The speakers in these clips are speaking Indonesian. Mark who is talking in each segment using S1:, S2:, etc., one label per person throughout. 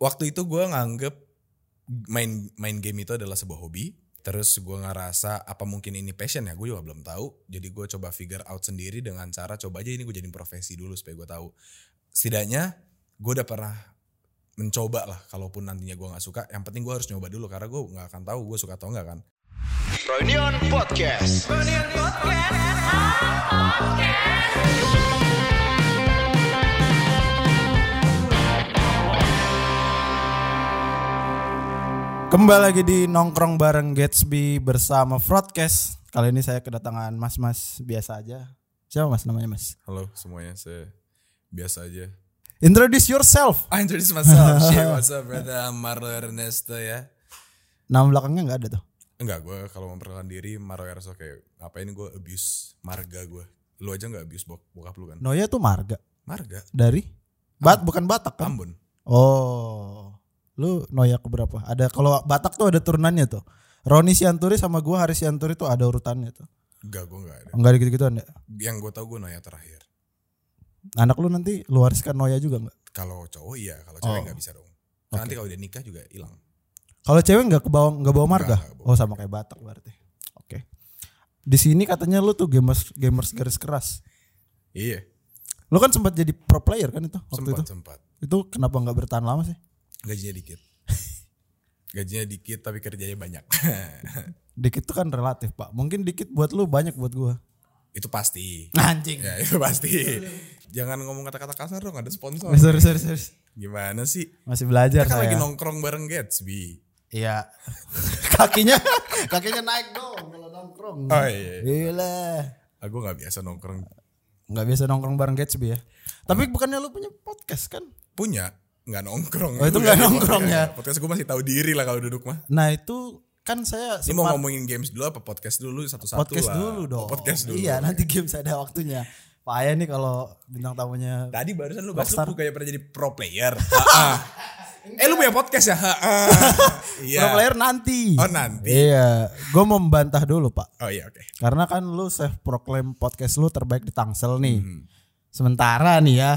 S1: waktu itu gue nganggep main main game itu adalah sebuah hobi. Terus gue ngerasa apa mungkin ini passion ya gue juga belum tahu. Jadi gue coba figure out sendiri dengan cara coba aja ini gue jadiin profesi dulu supaya gue tahu. Setidaknya gue udah pernah mencoba lah kalaupun nantinya gue nggak suka yang penting gue harus nyoba dulu karena gue nggak akan tahu gue suka atau nggak kan
S2: Reunion Podcast.
S3: Kembali lagi di nongkrong bareng Gatsby bersama Broadcast. Kali ini saya kedatangan mas-mas biasa aja. Siapa mas namanya mas?
S1: halo semuanya saya biasa aja
S3: Introduce yourself.
S1: I introduce myself shit what's up brother I'm Marlo Ernesto ya
S3: Nama belakangnya nggak ada tuh.
S1: Enggak, gue kalau memperkenalkan diri Maro Erso kayak apa ini gue abuse marga gue. Lu aja nggak abuse bok bokap lu kan?
S3: Noya tuh marga
S1: Marga,
S3: dari Bat bukan Batak kan?
S1: Ambon.
S3: Oh, lu Noya keberapa? Ada kalau Batak tuh ada turunannya tuh. Roni Sianturi sama gua Haris Sianturi tuh ada urutannya tuh.
S1: Enggak, gue enggak ada.
S3: Enggak ada gitu-gituan ya.
S1: Yang gue tau gue Noya terakhir.
S3: Anak lu nanti lu wariskan Noya juga nggak?
S1: Kalau cowok iya, kalau cewek
S3: Oh.
S1: nggak bisa dong. Karena Nanti kalau udah nikah juga hilang.
S3: Kalau cewek nggak kebawa nggak bawa marga?
S1: nggak bawa
S3: oh sama kayak Batak berarti. Oke. Di sini katanya lu tuh gamers gamers garis keras.
S1: Iya,
S3: Lu kan sempat jadi pro player kan itu waktu
S1: sempat
S3: itu.
S1: sempat.
S3: Itu kenapa nggak bertahan lama sih?
S1: Gajinya dikit. Gajinya dikit tapi kerjanya banyak.
S3: Dikit tuh kan relatif pak. Mungkin dikit buat lu banyak buat gua.
S1: itu pasti.
S3: Nah. Anjing.
S1: Ya itu pasti. Jangan ngomong kata-kata kasar dong, ada sponsor.
S3: Eh, Sorry, sorry, sorry.
S1: Gimana sih?
S3: Masih belajar
S1: Kita kan
S3: saya.
S1: lagi nongkrong bareng Gatsby.
S3: Iya. kakinya kakinya naik dong kalau nongkrong.
S1: Oh iya.
S3: Gila.
S1: Aku Ah, nggak biasa nongkrong
S3: Nggak biasa nongkrong bareng Gatsby ya. Tapi bukannya lu punya podcast kan?
S1: punya nggak nongkrong.
S3: Oh, itu nggak nongkrong ya.
S1: Podcast gue masih tahu diri lah kalau duduk mah.
S3: Nah itu kan saya
S1: Ini mau
S3: sempat-
S1: ngomongin games dulu apa podcast dulu satu-satu
S3: podcast
S1: lah.
S3: dulu dong.
S1: Oh, podcast dulu.
S3: Iya nanti game saya ada waktunya. Payah nih kalau bintang tamunya.
S1: Tadi barusan lu bahas
S3: Rockstar.
S1: lu bukannya pernah jadi pro player. Ha-ha. eh lu punya podcast ya? Ha-ha. Iya.
S3: Pro player nanti.
S1: Oh, nanti.
S3: Iya. Gue mau membantah dulu pak.
S1: Oh iya oke.
S3: Karena kan lu self proclaim podcast lu terbaik di Tangsel nih.
S1: Hmm.
S3: Sementara nih ya.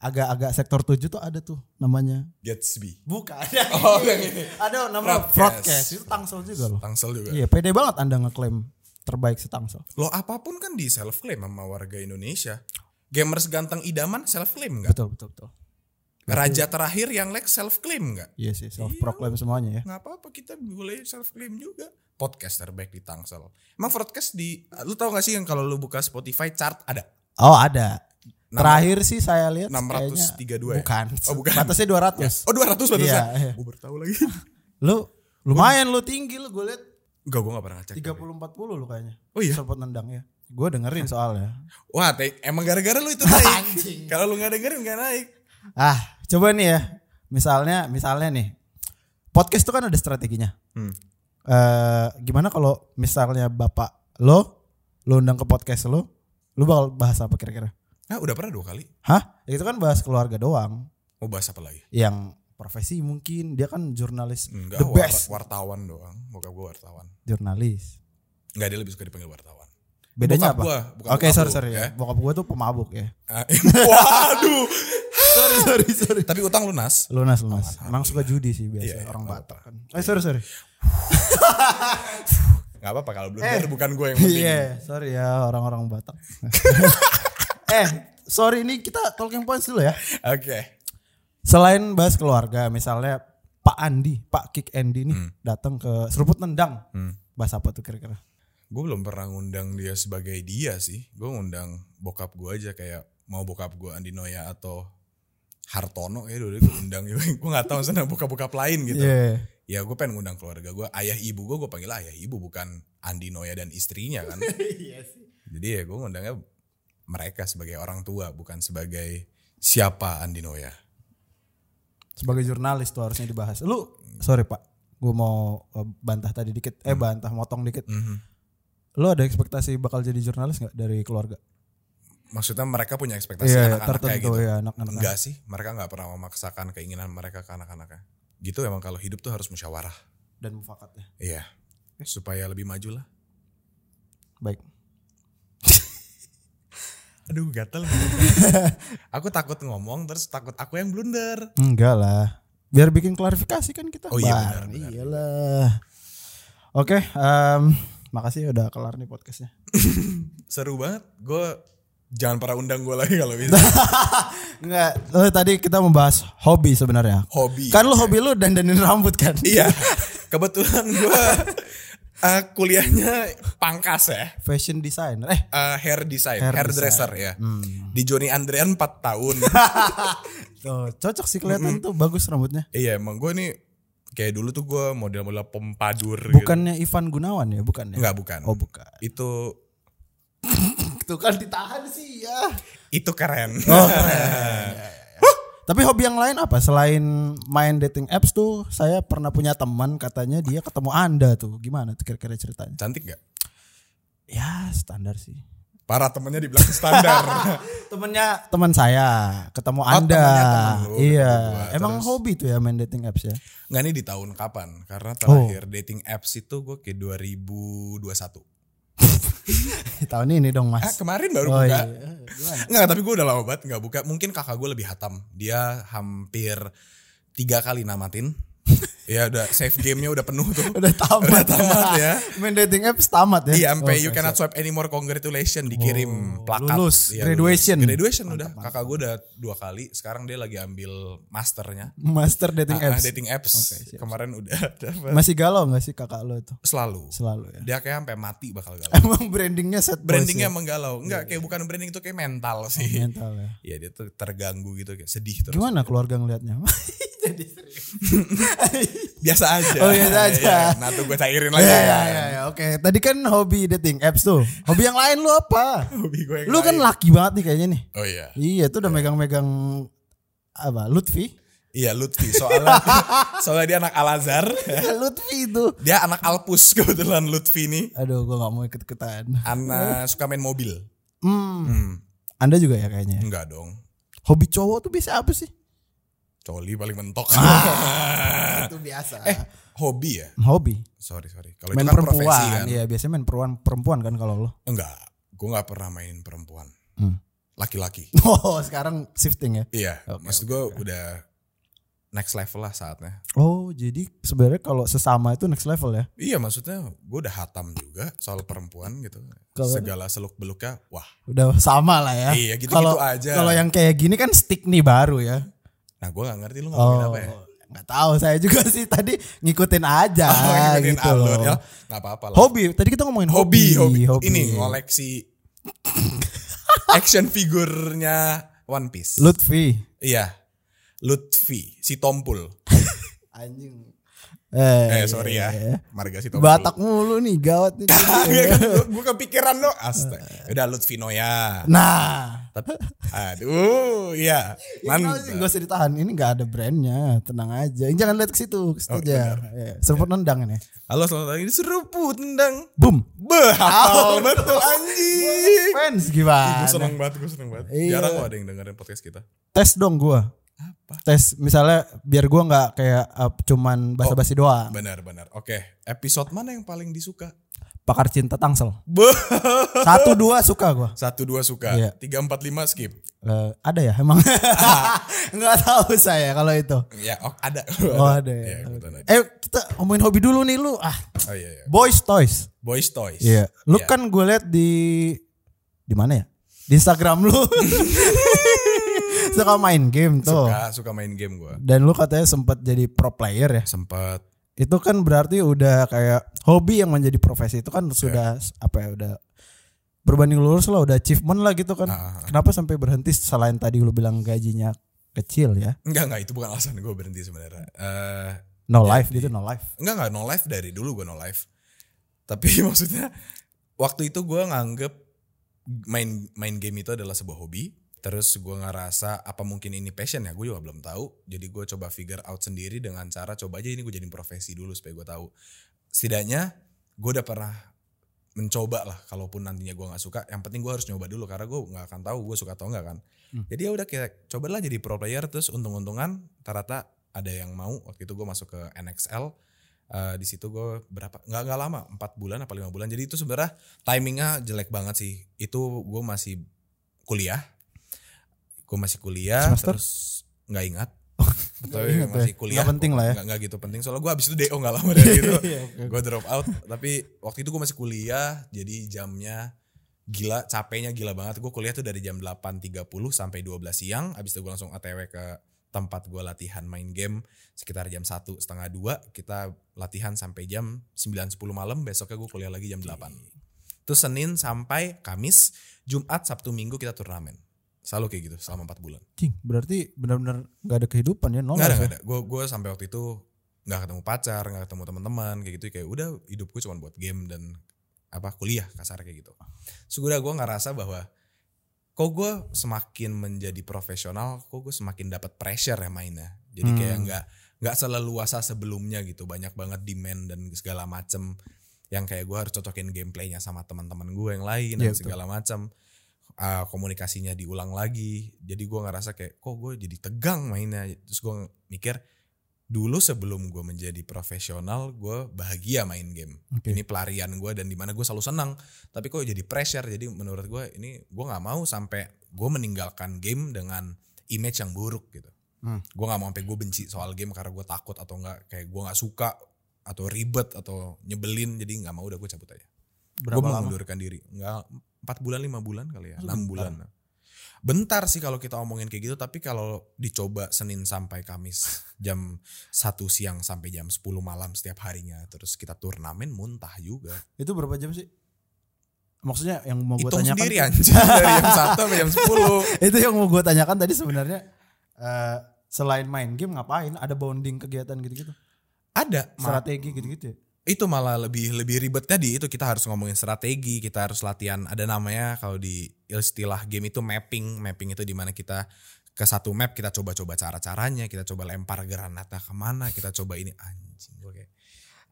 S3: Agak-agak sektor 7 tuh ada tuh namanya.
S1: Gatsby.
S3: Bukan.
S1: Oh, yang ini.
S3: Ada namanya
S1: Broadcast.
S3: broadcast. Itu Tangsel juga loh.
S1: Tangsel juga.
S3: Iya, pede banget Anda ngeklaim terbaik se Tangsel.
S1: Lo apapun kan di self claim sama warga Indonesia. Gamers ganteng idaman self claim nggak?
S3: Betul, betul, betul.
S1: Raja terakhir yang Lex self claim nggak?
S3: Iya sih, self proclaim semuanya ya.
S1: nggak apa-apa kita boleh self claim juga podcast terbaik di Tangsel emang podcast di lu tahu gak sih yang kalau lu buka Spotify chart ada
S3: Oh, ada.
S1: Nama-
S3: Terakhir sih saya lihat
S1: 632 ya?
S3: kayaknya- Bukan.
S1: Oh, bukan.
S3: Batasnya 200.
S1: oh 200 batasan
S3: Iya, iya.
S1: gue baru tahu lagi
S3: Lu lumayan lu tinggi lu gue lihat
S1: Enggak, gue gak pernah ngecek
S3: 30 40 lu kayaknya.
S1: Oh iya?
S3: Sempat nendang ya. Gue dengerin soalnya.
S1: wah te- emang gara-gara lu itu naik
S3: Anjing.
S1: kalau lu gak dengerin gak naik
S3: Ah, coba nih ya. Misalnya, misalnya nih. Podcast itu kan ada strateginya.
S1: Hmm.
S3: Eh, gimana kalau misalnya bapak lo, lo undang ke podcast lo, lo bakal bahas apa kira-kira?
S1: nah udah pernah dua kali
S3: Hah? Itu kan bahas keluarga doang.
S1: mau bahas apa lagi
S3: Yang profesi mungkin dia kan jurnalis,
S1: enggak
S3: the
S1: war-
S3: best
S1: wartawan doang bokap gue wartawan
S3: jurnalis.
S1: enggak dia lebih suka dipanggil wartawan
S3: Bedanya
S1: Bokap
S3: apa?
S1: gua, bukan
S3: Oke,
S1: bokap
S3: sorry
S1: lu,
S3: sorry
S1: ya.
S3: ya. Bokap gua tuh pemabuk ya.
S1: Ah, waduh
S3: sorry sorry sorry.
S1: tapi utang lunas
S3: Lunas lunas. Emang suka judi sih biasa
S1: Iya, iya,
S3: orang
S1: nggak
S3: Batak kan. Eh sorry sorry.
S1: nggak apa-apa kalau belum
S3: Eh.
S1: bayar bukan gue yang
S3: Iya,
S1: penting
S3: sorry ya orang-orang Batak. eh, sorry ini kita talking points dulu ya.
S1: oke
S3: Selain bahas keluarga, misalnya Pak Andi, Pak Kick Andi nih
S1: Hmm.
S3: datang ke Seruput Nendang. Bahas apa tuh kira-kira?
S1: gue belum pernah ngundang dia sebagai dia sih gue ngundang bokap gue aja kayak mau bokap gue Andi Noya atau Hartono ya dulu gue undang gue nggak tahu sana bokap-bokap lain gitu
S3: Iya.
S1: ya gue pengen ngundang keluarga gue ayah ibu gue gue panggil ayah ibu bukan Andi Noya dan istrinya kan
S3: Iya
S1: jadi ya gue ngundangnya mereka sebagai orang tua bukan sebagai siapa Andi Noya
S3: Sebagai jurnalis tuh harusnya dibahas. Lu sorry Pak, gue mau eh, bantah tadi dikit.
S1: Hmm.
S3: Eh bantah motong dikit. Lu ada ekspektasi bakal jadi jurnalis nggak dari keluarga?
S1: maksudnya mereka punya ekspektasi
S3: Iya,
S1: anak-anak kayak
S3: tertentu
S1: gitu
S3: ya anak-anak.
S1: enggak sih mereka nggak pernah memaksakan keinginan mereka ke anak-anaknya gitu emang kalau hidup tuh harus musyawarah
S3: dan mufakat ya.
S1: Iya. Supaya lebih maju lah.
S3: Baik.
S1: Aduh gatel. aku takut ngomong terus takut aku yang blunder.
S3: Enggak lah. biar bikin klarifikasi kan kita.
S1: Oh iya, benar,
S3: Bar.
S1: benar.
S3: Iyalah. Oke, em, makasih udah kelar nih podcastnya.
S1: Seru banget. Gue jangan pernah undang gue lagi kalau bisa.
S3: Enggak, lo tadi kita membahas hobi sebenarnya.
S1: Hobi.
S3: Kan lo hobi lo dandanin rambut kan?
S1: iya. Kebetulan gue eh, kuliahnya pangkas ya.
S3: Fashion designer. Eh,
S1: Eh, hair design,
S3: Hair
S1: hair, dresser ya.
S3: Hmm.
S1: Di Joni Andrean 4 tahun.
S3: tuh, cocok sih kelihatan tuh bagus rambutnya.
S1: iya emang gue nih kayak dulu tuh gue model-model pompadur
S3: Bukannya Ivan Gunawan ya, bukan
S1: gitu.
S3: ya?
S1: Enggak bukan.
S3: Oh, bukan.
S1: Itu
S3: Itu kan ditahan sih ya.
S1: itu keren.
S3: Oh. Tapi hobi yang lain apa selain main dating apps tuh? Saya pernah punya teman katanya dia ketemu Anda tuh. Gimana tuh kira-kira ceritanya?
S1: Cantik gak?
S3: Ya, standar sih.
S1: Para temennya dibilang standar.
S3: Temennya teman saya ketemu Anda.
S1: Oh, temennya temen lu,
S3: iya.
S1: temen gua.
S3: Emang hobi tuh ya main dating apps ya?
S1: Nggak nih di tahun kapan? Karena terakhir
S3: Oh.
S1: dating apps itu gue ke 2021.
S3: Tahun ini dong,
S1: Ah,
S3: Mas.
S1: kemarin baru
S3: Oh,
S1: buka.
S3: iya. Gimana?
S1: Nggak, tapi gue udah lama banget nggak buka. Mungkin kakak gue lebih hatam. Dia hampir tiga kali namatin. ya udah save gamenya udah penuh tuh.
S3: Udah tamat.
S1: Udah tamat ya.
S3: main dating apps tamat ya?
S1: Iya, sampai
S3: Oh,
S1: you cannot swipe anymore congratulations dikirim
S3: Oh,
S1: plakat.
S3: lulus,
S1: Iya,
S3: graduation.
S1: lulus. Graduation
S3: Mantap,
S1: udah. Kakak gue udah dua kali. Sekarang dia lagi ambil masternya.
S3: Master dating
S1: Ah, ah,
S3: apps.
S1: dating apps.
S3: Oke, siap.
S1: Kemarin udah dapat.
S3: Masih galau gak sih kakak lo itu?
S1: Selalu.
S3: Selalu ya.
S1: Dia kayak sampai mati bakal galau.
S3: Emang brandingnya set boys
S1: brandingnya
S3: ya?
S1: emang galau enggak kayak bukan branding itu kayak mental sih
S3: mental ya.
S1: Iya dia tuh terganggu gitu kayak sedih terus
S3: Gimana keluarga ngelihatnya? Jadi serius.
S1: biasa aja
S3: Oh, biasa aja.
S1: Iya, nah tuh gue cairin lagi
S3: Iya iya
S1: kan.
S3: iya ya, oke. Tadi kan hobi dating apps tuh. Hobi yang lain lu apa?
S1: hobi gue yang
S3: Lu kan
S1: lain.
S3: laki banget nih kayaknya nih.
S1: oh iya
S3: Iya, tuh udah megang-megang apa? Lutfi.
S1: iya Lutfi soalnya soalnya dia anak Al Azhar
S3: Lutfi itu.
S1: dia anak Alpus kebetulan Lutfi nih
S3: Aduh, gua nggak mau ikut-ikutan.
S1: anak eh, suka main mobil
S3: Iya. Hmm,
S1: hmm,
S3: Anda juga ya kayaknya.
S1: enggak dong
S3: Hobi cowok tuh biasa apa sih?
S1: coli paling mentok
S3: Itu biasa.
S1: eh hobi ya
S3: hobi.
S1: sorry sorry kalau itu
S3: Main
S1: kan profesi
S3: perempuan.
S1: kan
S3: Iya, biasanya main perempuan perempuan kan kalau lo.
S1: enggak gue nggak pernah main perempuan
S3: Hmm.
S1: laki-laki
S3: Oh, sekarang shifting ya.
S1: Iya,
S3: Oke,
S1: maksud gue udah next level lah saatnya.
S3: Oh, jadi sebenarnya kalau sesama itu next level ya.
S1: Iya, maksudnya gue udah hatam juga soal perempuan gitu.
S3: Kalau-
S1: Segala seluk beluknya, wah.
S3: Udah sama lah ya.
S1: Iya, gitu-gitu
S3: Kalau-
S1: aja.
S3: Kalau yang kayak gini kan stick nih baru ya.
S1: Nah, gue nggak ngerti lu ngomongin
S3: Oh,
S1: apa ya.
S3: nggak tahu saya juga sih tadi ngikutin aja
S1: Oh, ngikutin
S3: gitu
S1: alur
S3: loh.
S1: ya, nggak apa-apa lah.
S3: Hobi, tadi kita ngomongin
S1: hobi,
S3: hobi.
S1: hobi, Ini ngoleksi action figurnya One Piece.
S3: Lutfi.
S1: iya, Lutfi, si Tompul.
S3: Anjing.
S1: Eh, sorry ya, Iya marga Ah, si Tompul.
S3: Batak mulu nih gawat nih.
S1: gue kan? kepikiran lo, astaga. Udah Lutfi Noya.
S3: nah,
S1: Tapi, aduh, iya, mantap.
S3: Gue usah ditahan. Ini nggak ada brandnya, tenang aja. Ini Jangan lihat ke situ, ke situ
S1: Oh,
S3: aja. Ya, Serput
S1: Iya.
S3: nendang ini.
S1: Halo selamat datang di seruput tendang
S3: Boom.
S1: Behal betul anjing
S3: Fans
S1: Gue
S3: gimana?
S1: Eh, seneng banget, gue seneng banget
S3: Iya.
S1: Jarang kok ada yang dengerin podcast kita
S3: Tes dong gua.
S1: Apa?
S3: Tes misalnya biar gua nggak kayak uh, cuman basa-basi
S1: Oh.
S3: doang.
S1: Benar, benar Oke, episode mana yang paling disuka?
S3: Pakar cinta Tangsel.
S1: Beh.
S3: Satu dua suka gua.
S1: Satu dua suka,
S3: Iya.
S1: tiga empat lima skip
S3: Eh, ada ya emang nggak tahu saya kalau itu
S1: Ya, oh, ada
S3: oh ada
S1: Iya,
S3: ya
S1: kebetulan ada.
S3: eh kita ngomongin hobi dulu nih lu ah
S1: Oh iya, iya
S3: boys toys
S1: Boys Toys
S3: iya lu
S1: Iya.
S3: kan gue liat di di mana ya di Instagram lu suka main game tuh
S1: Suka, suka main game gue
S3: dan lu katanya sempat jadi pro player ya
S1: Sempet
S3: itu kan berarti udah kayak hobi yang menjadi profesi itu kan
S1: Iya.
S3: sudah apa ya udah berbanding lurus lah udah achievement lah gitu kan
S1: Ah.
S3: kenapa sampai berhenti selain tadi lu bilang gajinya kecil ya
S1: Enggak, enggak, itu bukan alasan gue berhenti sebenarnya Eh,
S3: no life gitu no life
S1: Enggak enggak no life dari dulu gue no life. Tapi maksudnya waktu itu gue nganggep main main game itu adalah sebuah hobi. Terus gue ngerasa apa mungkin ini passion ya gue juga belum tahu. Jadi gue coba figure out sendiri dengan cara coba aja ini gue jadiin profesi dulu supaya gue tahu. Setidaknya gue udah pernah mencoba lah kalaupun nantinya gue nggak suka yang penting gue harus nyoba dulu karena gue nggak akan tahu gue suka atau nggak kan
S3: Hmm.
S1: jadi ya udah kita cobalah jadi pro player terus untung-untungan rata-rata ada yang mau waktu itu gue masuk ke NXL Eh, di situ gue berapa nggak nggak lama empat bulan apa lima bulan jadi itu sebenarnya timingnya jelek banget sih itu gue masih kuliah gue masih kuliah
S3: Semester? Oh,
S1: terus nggak ingat tapi
S3: ingat
S1: masih
S3: ya.
S1: kuliah. Gitu.
S3: Nggak penting lah ya.
S1: Nggak, nggak gitu penting. Soalnya gue abis itu DO nggak lama dari itu.
S3: Iya, oke.
S1: gue drop out. Tapi waktu itu gue masih kuliah. Jadi jamnya gila. Capeknya gila banget. Gue kuliah tuh dari jam 8.30 sampai 12 siang. Abis itu gue langsung ATW ke tempat gue latihan main game. Sekitar jam 1, setengah 2. Kita latihan sampai jam 9.10 malam. Besoknya gue kuliah lagi jam 8. Terus Senin sampai Kamis. Jumat, Sabtu, Minggu kita turnamen. Selalu kayak gitu selama 4 bulan.
S3: Cing, berarti benar-benar nggak ada kehidupan ya nol.
S1: Enggak ada,
S3: ya?
S1: enggak ada. Gue gue sampai waktu itu nggak ketemu pacar, nggak ketemu teman-teman kayak gitu kayak udah hidup gue cuma buat game dan apa kuliah kasar kayak gitu. Segera gue ngerasa bahwa kok gue semakin menjadi profesional, kok gue semakin dapat pressure ya mainnya. Jadi kayak
S3: Hmm.
S1: nggak nggak seleluasa sebelumnya gitu, banyak banget demand dan segala macem yang kayak gue harus cocokin gameplaynya sama teman-teman gue yang lain
S3: Iya,
S1: dan
S3: betul.
S1: segala macam Ah, komunikasinya diulang lagi jadi gue ngerasa kayak kok gue jadi tegang mainnya terus gue mikir dulu sebelum gue menjadi profesional gue bahagia main game
S3: Oke.
S1: ini pelarian gue dan dimana gue selalu senang tapi kok jadi pressure jadi menurut gue ini gue nggak mau sampai gue meninggalkan game dengan image yang buruk gitu
S3: Hmm.
S1: gue nggak mau sampai gue benci soal game karena gue takut atau nggak kayak gue nggak suka atau ribet atau nyebelin jadi nggak mau udah gue cabut aja
S3: Berapa
S1: gue
S3: lama?
S1: mengundurkan diri nggak empat bulan lima bulan kali ya
S3: Lu
S1: enam
S3: bentar.
S1: bulan bentar sih kalau kita omongin kayak gitu tapi kalau dicoba Senin sampai Kamis jam satu siang sampai jam 10 malam setiap harinya terus kita turnamen muntah juga
S3: Itu berapa jam sih? Maksudnya yang mau gue
S1: hitung
S3: tanyakan
S1: sendiri anjing dari jam satu sampai jam 10
S3: itu yang mau gue tanyakan tadi sebenarnya eh, selain main game ngapain? Ada bonding kegiatan gitu-gitu,
S1: ada Ma.
S3: strategi gitu-gitu. ya?
S1: itu malah lebih lebih ribet tadi itu kita harus ngomongin strategi kita harus latihan ada namanya kalau di istilah game itu mapping mapping itu dimana kita ke satu map kita coba-coba cara-caranya kita coba lempar granatnya kemana kita coba ini anjing gue kayak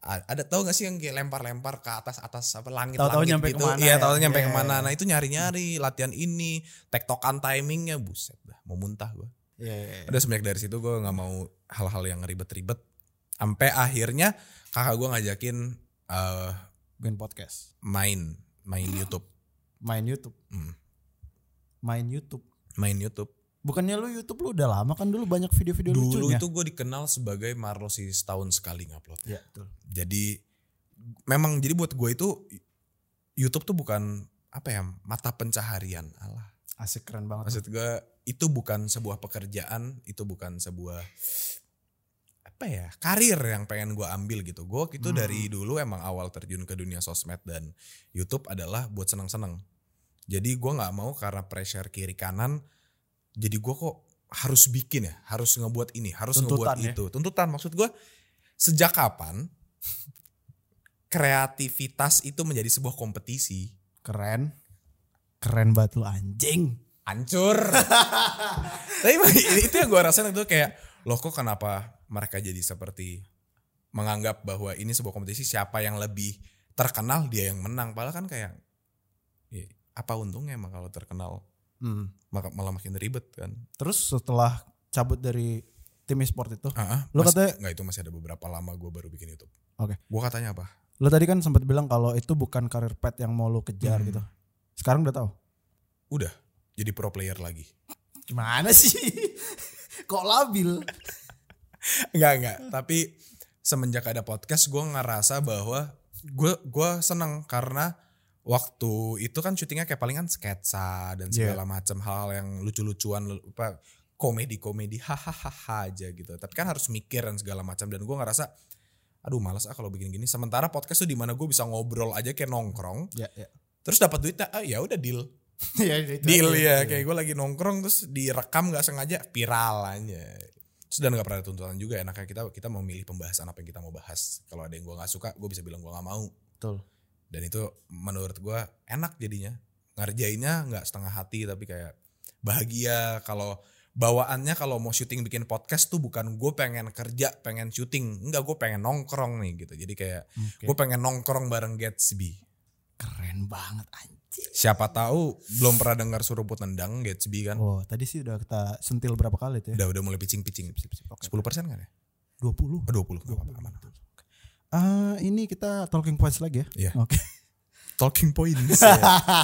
S1: A- ada tau gak sih yang kayak lempar-lempar ke atas atas apa langit
S3: Tahu-tahu
S1: langit
S3: nyampe
S1: gitu
S3: kemana
S1: iya
S3: ya?
S1: tahu nyampe
S3: Iya.
S1: kemana nah itu nyari-nyari latihan ini tektokan timingnya buset dah mau muntah gue
S3: Iya, iya, iya.
S1: udah semenjak dari situ gue nggak mau hal-hal yang ribet-ribet sampai akhirnya kakak gue ngajakin eh
S3: Bikin podcast,
S1: main main YouTube
S3: main YouTube,
S1: Hmm,
S3: main YouTube.
S1: main YouTube
S3: Bukannya lu YouTube lu udah lama kan dulu banyak video-video
S1: dulu
S3: lucunya?
S1: itu gue dikenal sebagai Marlosi setahun sekali ngupload
S3: Ya, betul.
S1: jadi memang jadi buat gue itu YouTube tuh bukan apa ya mata pencaharian Allah
S3: Asik keren banget.
S1: maksud gue itu bukan sebuah pekerjaan itu bukan sebuah apa ya karir yang pengen gue ambil gitu gue waktu itu
S3: Hmm.
S1: dari dulu emang awal terjun ke dunia sosmed dan YouTube adalah buat seneng-seneng jadi gue nggak mau karena pressure kiri kanan jadi gue kok harus bikin ya harus ngebuat ini harus
S3: Tuntutan
S1: ngebuat
S3: ya.
S1: itu tuntutan maksud gue sejak kapan kreativitas itu menjadi sebuah kompetisi
S3: Keren. Keren banget lu anjing.
S1: hancur. Tapi itu yang gue rasain itu kayak loh kok kenapa mereka jadi seperti menganggap bahwa ini sebuah kompetisi siapa yang lebih terkenal dia yang menang. Padahal kan kayak ya, apa untungnya emang kalau terkenal
S3: Hmm.
S1: maka malah makin ribet kan.
S3: Terus setelah cabut dari tim e-sport itu,
S1: Ah, ah,
S3: Lo
S1: mas-
S3: katanya-
S1: nggak itu masih ada beberapa lama gue baru bikin YouTube.
S3: Oke.
S1: Gue katanya apa?
S3: lo tadi kan sempat bilang kalau itu bukan karir pet yang mau lo kejar
S1: Hmm.
S3: gitu. Sekarang udah tahu?
S1: Udah jadi pro player lagi.
S3: Gimana sih? Kok labil?
S1: Enggak enggak. Tapi semenjak ada podcast gue ngerasa bahwa gue gua seneng karena waktu itu kan syutingnya kayak palingan sketsa dan
S3: Yeah.
S1: segala macam hal yang lucu-lucuan apa komedi-komedi hahaha aja gitu. Tapi kan harus mikir dan segala macam dan gue ngerasa aduh malas ah kalau bikin gini. Sementara podcast tuh dimana gue bisa ngobrol aja kayak nongkrong.
S3: ya, ya.
S1: Terus dapat duitnya ah ya udah deal.
S3: ya
S1: Deal ya, kayak gue lagi nongkrong terus direkam nggak sengaja viral aja. Terus dan nggak pernah ada tuntutan juga enaknya kita kita memilih pembahasan apa yang kita mau bahas. Kalau ada yang gue nggak suka, gue bisa bilang gue nggak mau.
S3: Betul.
S1: Dan itu menurut gue enak jadinya. Ngerjainnya nggak setengah hati tapi kayak bahagia kalau bawaannya kalau mau syuting bikin podcast tuh bukan gue pengen kerja pengen syuting enggak gue pengen nongkrong nih gitu jadi kayak
S3: Oke.
S1: gue pengen nongkrong bareng Gatsby
S3: Keren banget anjing.
S1: siapa tahu belum pernah dengar suruput nendang Gatsby kan
S3: Oh, tadi sih udah kita sentil berapa kali tuh ya?
S1: Udah udah mulai picing-picing.
S3: Oke.
S1: 10 persen kan ya?
S3: 20.
S1: Oh, 20. Gak apa-apa, aman.
S3: Ah, ini kita talking points lagi ya?
S1: Iya.
S3: Oke.
S1: Talking points.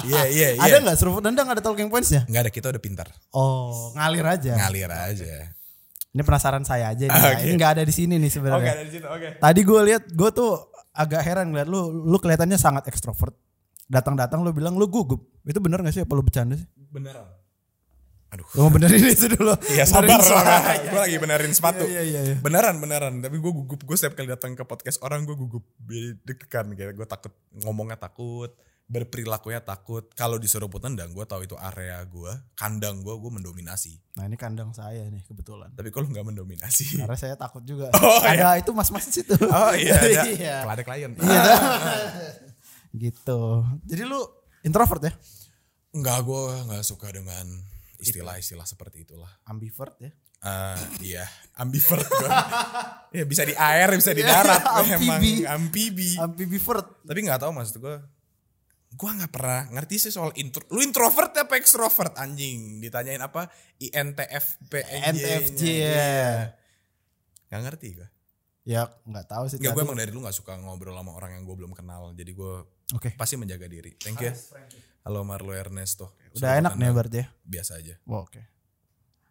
S1: Iya, iya, iya.
S3: Ada nggak seruput nendang ada talking points ya?
S1: Nggak ada, kita udah pintar.
S3: Oh, ngalir aja.
S1: Ngalir aja.
S3: Ini penasaran saya aja nih. Nah, Ini nggak ada di sini nih sebenarnya.
S1: Oke, dari situ. Oke.
S3: Tadi gue lihat gue tuh agak heran ngeliat lu, lu kelihatannya sangat ekstrovert. Datang-datang lu bilang lu gugup. Itu bener gak sih apa lu bercanda sih?
S1: Beneran. Aduh.
S3: Lu mau benerin itu dulu.
S1: Iya sabar,
S3: Benerin suara.
S1: sabar. gue lagi benerin sepatu.
S3: Iya, iya, iya.
S1: Beneran beneran. Tapi gue gugup. Gue setiap kali datang ke podcast orang gue gugup. Jadi deg-degan kayak gue takut ngomongnya takut, berperilakunya takut. Kalau disuruh put tendang, gue tahu itu area gue, kandang gue, gue mendominasi.
S3: Nah ini kandang saya nih kebetulan.
S1: Tapi kalau nggak mendominasi,
S3: Karena saya takut juga.
S1: Oh,
S3: ada itu mas-mas di situ.
S1: oh iya, ada,
S3: Iya.
S1: Kalau ada klien.
S3: gitu. Jadi lu introvert ya?
S1: Enggak, gue nggak suka dengan
S3: Gitu.
S1: istilah-istilah seperti itulah.
S3: Ambivert ya?
S1: Eh, iya, ambivert gua. ya bisa di air, bisa di darat,
S3: Iya, Amfibi.
S1: memang amfibi.
S3: Ambivert.
S1: Tapi nggak tahu maksud gue. Gue nggak pernah ngerti sih soal intro. Lu introvert apa extrovert anjing? Ditanyain apa INTFP?
S3: NTFJ
S1: iya,
S3: ya.
S1: Gak ngerti gue.
S3: Ya nggak tahu sih.
S1: Enggak, gue
S3: tapi-
S1: emang dari dulu gak suka ngobrol sama orang yang gue belum kenal. Jadi gue
S3: Oke.
S1: pasti menjaga diri. Thank you. Halo Marlo Ernesto.
S3: Udah
S1: Sudah
S3: enak nih
S1: kenal.
S3: berarti ya?
S1: Biasa aja.
S3: Wah, Oke.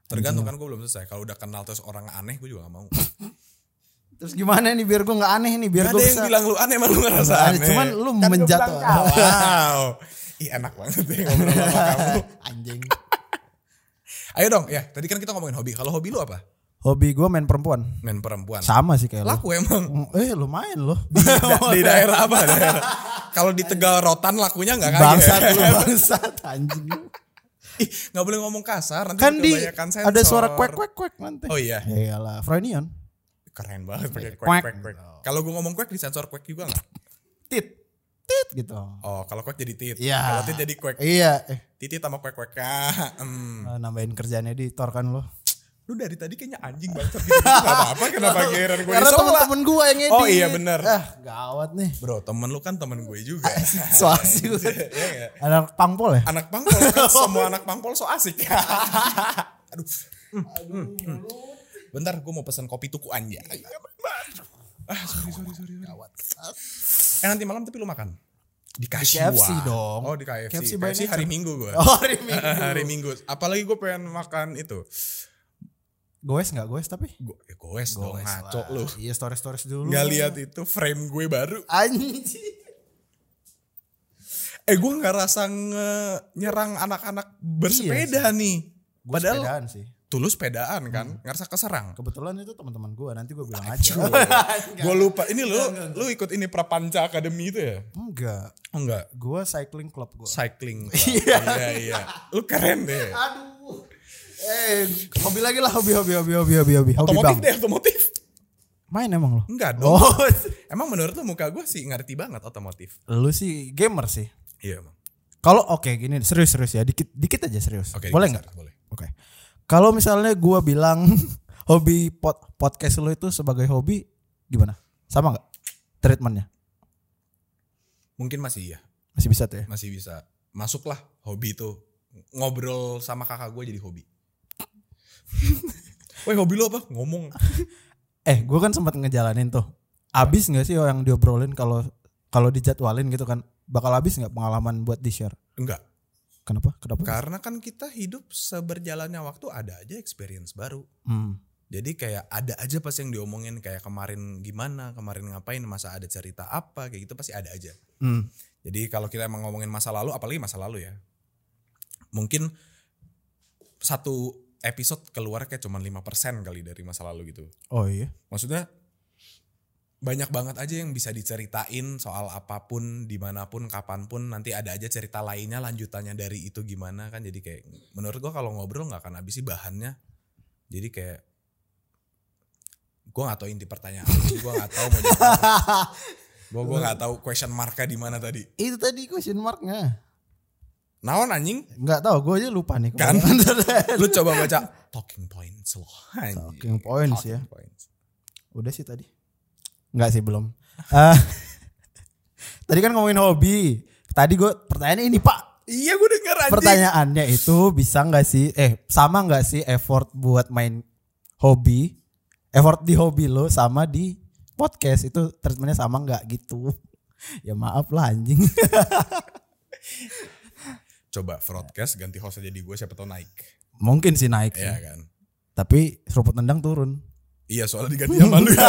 S1: Tergantung
S3: Iya.
S1: kan gue belum selesai. Kalau udah kenal terus orang aneh gue juga gak mau.
S3: Terus gimana nih biar gue nggak aneh nih biar
S1: Gak
S3: gue
S1: ada
S3: bisa.
S1: yang bilang lu aneh, emang lu ngerasa
S3: Nggak ada,
S1: aneh.
S3: Cuman lu menjatuh.
S1: Wow. Ih enak banget deh ngobrol sama kamu.
S3: Anjing.
S1: Ayo dong, ya tadi kan kita ngomongin hobi. Kalau hobi lu apa?
S3: Hobi gue main perempuan.
S1: Main perempuan.
S3: Sama sih kayak lu.
S1: Laku emang.
S3: Eh lumayan loh.
S1: Da- di daerah apa? Daerah. Kalau di Tegal Rotan lakunya nggak kaget.
S3: bangsat lu bangsat anjing.
S1: Ih, nggak boleh ngomong kasar. Nanti
S3: Kan di
S1: kebanyakan sensor.
S3: ada suara kuek kuek kuek nanti. Ya
S1: Oh iya,
S3: Iyalah, Freudian.
S1: keren banget pakai
S3: Kuek.
S1: kuek kuek kuek. Kalau gue ngomong kuek di sensor kuek juga nggak?
S3: Tit. Tit gitu.
S1: Oh, kalau kuek jadi tit.
S3: Iya.
S1: Kalau tit jadi kuek.
S3: Iya, eh
S1: Titit sama kuek kuek. Ah, em.
S3: nambahin kerjaannya di tor kan lo.
S1: Lu dari tadi kayaknya anjing banget. Gitu. Gak apa-apa kenapa giliran gue
S3: Karena
S1: disolat.
S3: temen-temen gue yang edit.
S1: Oh iya, bener.
S3: Ah, gawat nih.
S1: Bro, temen lu kan temen gue juga.
S3: So asik lu.
S1: Iya nggak?
S3: Anak pangpol ya?
S1: anak pangpol kan semua anak pangpol so asik. Aduh. Hmm, Bentar, gue mau pesan kopi tuku anja.
S3: Iya,
S1: Ah, sorry, sorry, sorry. sorry. Eh nanti malam tapi lu makan di Kashiwa.
S3: KFC dong.
S1: Oh di KFC.
S3: KFC
S1: KFC,
S3: by nature.
S1: hari Minggu gue.
S3: Oh, hari Minggu.
S1: hari Minggu. Apalagi gue pengen makan itu.
S3: Goes gak goes tapi?
S1: Gue ya goes dong,
S3: Goes
S1: ngaco
S3: lah.
S1: lu.
S3: Iya stories-stories dulu.
S1: Nggak lihat itu frame gue baru.
S3: Anjing.
S1: Eh gue nggak rasa nge- nyerang anak-anak
S3: Iya
S1: bersepeda nih.
S3: Gue
S1: Padahal
S3: sepedaan sih.
S1: tulus sepedaan kan,
S3: Hmm.
S1: ngerasa keserang.
S3: Kebetulan itu teman-teman gue nanti gue bilang aja.
S1: gue lupa ini lu lu ikut ini prapanca akademi itu ya
S3: Enggak.
S1: oh, enggak
S3: Gue cycling club gue.
S1: cycling iya iya lu keren deh
S3: Aduh. Eh, hobi lagi lah hobi hobi hobi hobi hobi hobi hobi
S1: otomotif
S3: bang.
S1: deh otomotif
S3: Main emang lo?
S1: enggak dong
S3: Oh,
S1: emang menurut lu muka gue sih ngerti banget otomotif
S3: lu sih gamer sih.
S1: iya emang
S3: Kalau oke gini serius serius ya dikit dikit aja serius.
S1: oke
S3: boleh
S1: dikasar,
S3: nggak?
S1: boleh
S3: Oke. Kalau misalnya gua bilang hobi pod- podcast lu itu sebagai hobi gimana? Sama nggak treatmentnya?
S1: mungkin masih iya
S3: Masih bisa tuh ya?
S1: masih bisa masuklah hobi itu ngobrol sama kakak gue jadi hobi Woi hobi lu apa? Ngomong.
S3: Eh, gua kan sempat ngejalanin tuh. Abis nggak sih yang diobrolin kalau kalau dijadwalin gitu kan? Bakal abis nggak pengalaman buat di share?
S1: Enggak.
S3: Kenapa? Kenapa?
S1: Karena kan kita hidup seberjalannya waktu ada aja experience baru.
S3: Hmm.
S1: Jadi kayak ada aja pasti yang diomongin kayak kemarin gimana, kemarin ngapain, masa ada cerita apa, kayak gitu pasti ada aja.
S3: Hmm.
S1: Jadi kalau kita emang ngomongin masa lalu, apalagi masa lalu ya, mungkin satu episode keluar kayak cuman 5% kali dari masa lalu gitu.
S3: Oh iya.
S1: Maksudnya banyak banget aja yang bisa diceritain soal apapun, dimanapun, kapanpun, nanti ada aja cerita lainnya lanjutannya dari itu gimana kan. Jadi kayak menurut gua kalau ngobrol nggak akan habis sih bahannya. Jadi kayak gua nggak tahu inti pertanyaan, Jadi gua nggak tahu mau jawab apa. gua gua nggak tahu question marknya di mana tadi.
S3: Itu tadi question marknya.
S1: Naon anjing?
S3: Nggak tahu, gue aja lupa nih.
S1: Kan?
S3: kemarin.
S1: Lu coba baca talking points loh. anjing.
S3: Talking points ya.
S1: points.
S3: Udah sih tadi. Enggak sih belum. Ah, tadi kan ngomongin hobi. Tadi gue pertanyaannya ini pak.
S1: Iya gua denger anjing.
S3: Pertanyaannya itu bisa nggak sih? Eh sama nggak sih effort buat main hobi? Effort di hobi lo sama di podcast itu treatmentnya sama nggak gitu? Ya maaf lah anjing.
S1: Coba broadcast ganti hostnya jadi gua siapa tau naik.
S3: Mungkin sih naik. sih.
S1: Iya kan.
S3: Tapi seruput nendang turun.
S1: Iya soalnya diganti sama lu ya.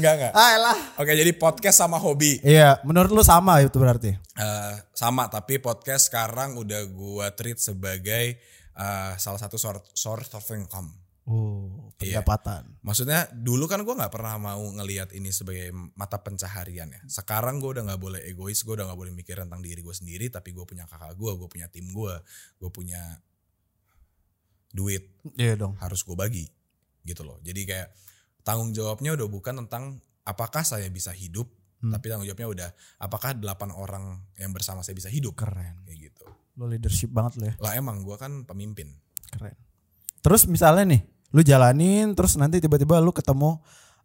S1: Enggak enggak.
S3: Ah lah.
S1: Oke jadi podcast sama hobi
S3: Iya, menurut lu sama itu berarti.
S1: Eh, sama tapi podcast sekarang udah gua treat sebagai eh, salah satu sor- source of income.
S3: Oh,
S1: Iya.
S3: pendapatan.
S1: Maksudnya dulu kan gua nggak pernah mau ngelihat ini sebagai mata pencaharian ya. Sekarang gua udah nggak boleh egois, gua udah nggak boleh mikir tentang diri gue sendiri, tapi gue punya kakak gua, gue punya tim gua, gue punya duit
S3: Iya dong.
S1: harus gue bagi gitu loh. Jadi kayak tanggung jawabnya udah bukan tentang apakah saya bisa hidup,
S3: Hmm.
S1: tapi tanggung jawabnya udah apakah delapan orang yang bersama saya bisa hidup
S3: Keren.
S1: kayak gitu.
S3: Lu leadership banget lo ya.
S1: Lah emang gua kan pemimpin.
S3: Keren. Terus misalnya nih, lu jalanin terus nanti tiba-tiba lu ketemu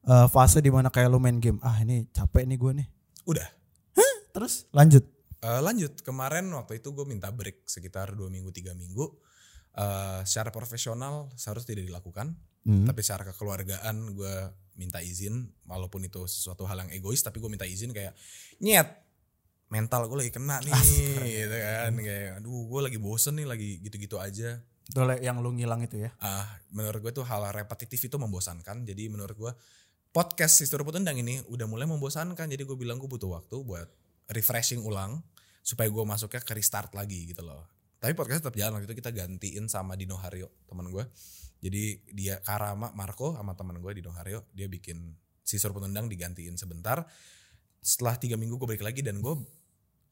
S3: eh, fase di mana kayak lu main game. Ah, ini capek nih gue nih.
S1: Udah.
S3: Terus lanjut.
S1: Eh, lanjut kemarin waktu itu gue minta break sekitar dua minggu tiga minggu. Eh, secara profesional seharusnya tidak dilakukan,
S3: Hmm.
S1: tapi secara kekeluargaan gua minta izin, walaupun itu sesuatu hal yang egois, tapi gue minta izin kayak nyet mental gue lagi kena nih, gitu kan, kayak aduh gue lagi bosen nih, lagi gitu-gitu aja.
S3: Itu yang lu ngilang itu ya.
S1: Ah, menurut gue tuh hal repetitif itu membosankan. Jadi menurut gue podcast Sister Put Tendang ini udah mulai membosankan. Jadi gue bilang gue butuh waktu buat refreshing ulang supaya gue masuknya ke restart lagi gitu loh. Tapi podcast tetap jalan waktu itu kita gantiin sama Dino Haryo teman gue. Jadi dia Karama Marco sama teman gue Dino Haryo dia bikin Sister Put Tendang digantiin sebentar. Setelah tiga minggu gue balik lagi dan gue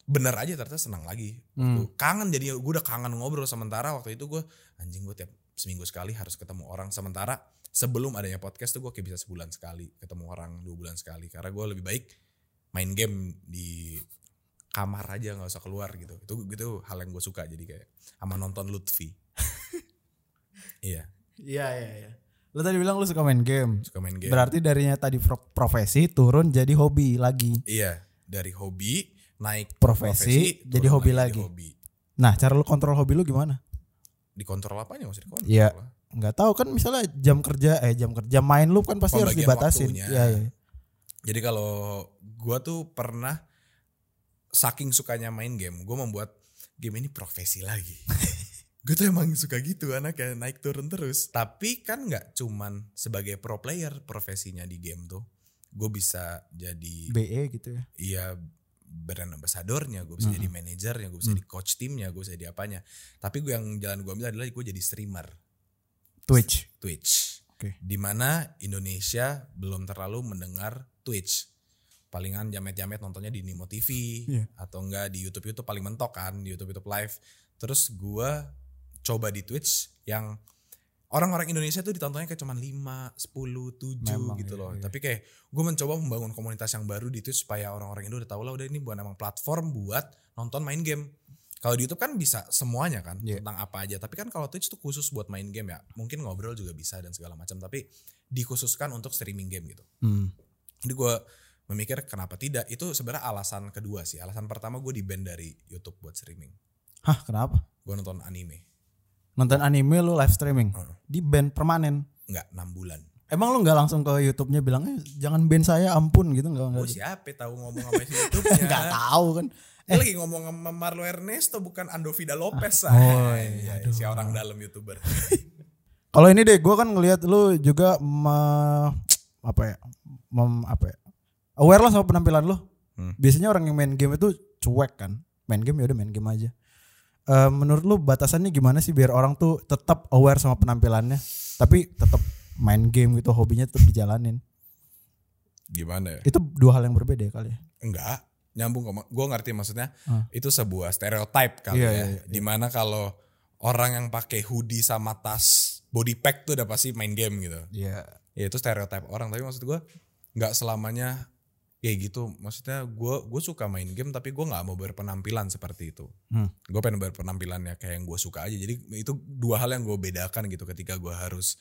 S1: bener aja ternyata senang lagi.
S3: Hmm.
S1: Kangen jadinya gue udah kangen ngobrol sementara waktu itu gue anjing gue tiap seminggu sekali harus ketemu orang sementara sebelum adanya podcast tuh gue kayak bisa sebulan sekali ketemu orang dua bulan sekali karena gue lebih baik main game di kamar aja nggak usah keluar gitu itu gitu hal yang gue suka jadi kayak sama nonton Lutfi iya
S3: Iya, iya, iya. Lu tadi bilang lu suka main game.
S1: suka main game
S3: Berarti darinya tadi pro- profesi turun jadi hobi lagi.
S1: iya dari hobi naik
S3: Profesi, jadi
S1: turun
S3: hobi lagi.
S1: hobi.
S3: Nah, cara lu kontrol hobi lu gimana?
S1: dikontrol apa nih maksudnya dikontrol
S3: Iya.
S1: lah.
S3: nggak tahu kan misalnya jam kerja eh jam kerja main lu kan pasti harus
S1: Pembagian
S3: dibatasin.
S1: waktunya.
S3: Iya, iya.
S1: Jadi kalau gua tuh pernah saking sukanya main game, gua membuat game ini profesi lagi. gue tuh emang suka gitu anaknya naik turun terus. Tapi kan nggak cuman sebagai pro player profesinya di game tuh. Gue bisa jadi
S3: BE gitu ya.
S1: iya brand ambassadornya, gue bisa
S3: Mm.
S1: jadi manajernya, gue bisa jadi coach timnya, gue bisa jadi apanya. Tapi gue yang jalan gue ambil adalah gue jadi streamer.
S3: Twitch.
S1: Twitch.
S3: Oke.
S1: Di mana Indonesia belum terlalu mendengar Twitch. Palingan jamet-jamet nontonnya di Nimo TV
S3: Iya.
S1: atau enggak di YouTube YouTube paling mentok kan, di YouTube YouTube live. Terus gua coba di Twitch yang orang-orang Indonesia tuh ditontonnya kayak cuman 5, 10, 7
S3: Memang,
S1: gitu
S3: iya,
S1: loh.
S3: iya.
S1: Tapi kayak gue mencoba membangun komunitas yang baru di Twitch supaya orang-orang Indo udah tau lah udah ini bukan emang platform buat nonton main game. Kalau di YouTube kan bisa semuanya kan
S3: Iya.
S1: tentang apa aja. Tapi kan kalau Twitch tuh khusus buat main game ya. Mungkin ngobrol juga bisa dan segala macam. Tapi dikhususkan untuk streaming game gitu.
S3: Hmm.
S1: Jadi gue memikir kenapa tidak. Itu sebenarnya alasan kedua sih. Alasan pertama gue di ban dari YouTube buat streaming.
S3: Hah, kenapa?
S1: Gue nonton anime.
S3: Nonton anime lu live streaming
S1: Hmm.
S3: di band permanen.
S1: Enggak 6 bulan.
S3: Emang lu nggak langsung ke YouTube-nya bilang "Eh, jangan band saya ampun gitu nggak nggak.
S1: Oh siapa tahu ngomong sama si YouTube-nya.
S3: Nggak tahu kan.
S1: Dia lagi ngomong sama Marlo Ernesto bukan Ando Vida Lopez.
S3: oh,
S1: ah.
S3: iya,
S1: si orang dalam YouTuber.
S3: Kalau ini deh gua kan ngelihat lu juga me- apa ya? Mem, apa ya? Aware lah sama penampilan lu.
S1: Hmm.
S3: Biasanya orang yang main game itu cuek kan. Main game ya udah main game aja. Eh, menurut lu batasannya gimana sih biar orang tuh tetap aware sama penampilannya tapi tetap main game gitu hobinya tetap dijalanin.
S1: Gimana ya?
S3: Itu dua hal yang berbeda ya kali ya.
S1: Enggak. Nyambung kok. Gue ngerti maksudnya.
S3: Ah.
S1: Itu sebuah stereotype kali ya.
S3: Iya, iya, iya.
S1: Dimana kalau orang yang pakai hoodie sama tas body pack tuh udah pasti main game gitu.
S3: Iya.
S1: Ya itu stereotype orang. Tapi maksud gue nggak selamanya kayak gitu. Maksudnya gue gue suka main game tapi gue nggak mau berpenampilan seperti itu.
S3: Hmm.
S1: Gue pengen berpenampilannya kayak yang gue suka aja. Jadi itu dua hal yang gue bedakan gitu ketika gue harus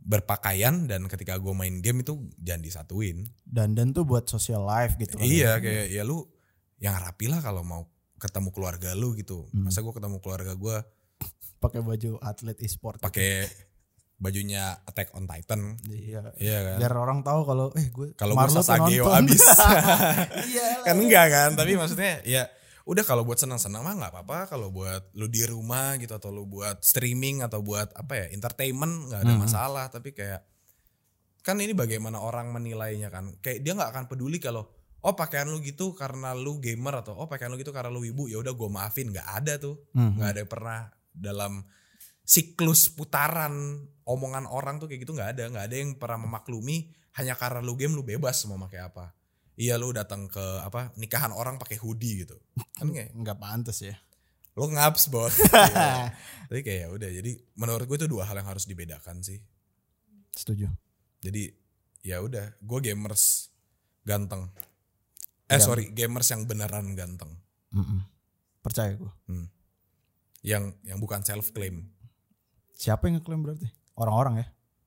S1: berpakaian dan ketika gue main game itu jangan disatuin.
S3: Dandan tuh buat social life gitu kan.
S1: Iya kayak ya lu yang rapi lah kalau mau ketemu keluarga lu gitu.
S3: Hmm.
S1: Masa gua ketemu keluarga gua
S3: Pakai baju atlet e-sport.
S1: pakai bajunya Attack on Titan.
S3: Iya.
S1: Iya kan.
S3: Biar orang tahu kalau eh gue
S1: Kalau gua
S3: Marlo tuh
S1: Sasageo
S3: nonton.
S1: abis.
S3: Iya.
S1: kan enggak kan, tapi kan, maksudnya ya udah kalau buat senang-senang mah nggak apa-apa kalau buat lu di rumah gitu atau lu buat streaming atau buat apa ya entertainment nggak ada masalah tapi kayak kan ini bagaimana orang menilainya kan kayak dia nggak akan peduli kalau oh pakaian lu gitu karena lu gamer atau oh pakaian lu gitu karena lu ibu ya udah gue maafin nggak ada tuh nggak
S3: Mhm.
S1: ada pernah dalam siklus putaran omongan orang tuh kayak gitu nggak ada nggak ada yang pernah memaklumi hanya karena lu game lu bebas mau pakai apa iya lu datang ke apa nikahan orang pakai hoodie gitu kan kayak
S3: nggak pantas ya
S1: lo ngaps bos Iya. tapi kayak ya udah jadi menurut gue itu dua hal yang harus dibedakan sih
S3: setuju
S1: jadi ya udah gue gamers ganteng eh
S3: Ganteng.
S1: sorry gamers yang beneran ganteng
S3: Mm-mm. percaya gue
S1: yang yang bukan self claim
S3: siapa yang ngeklaim berarti orang-orang ya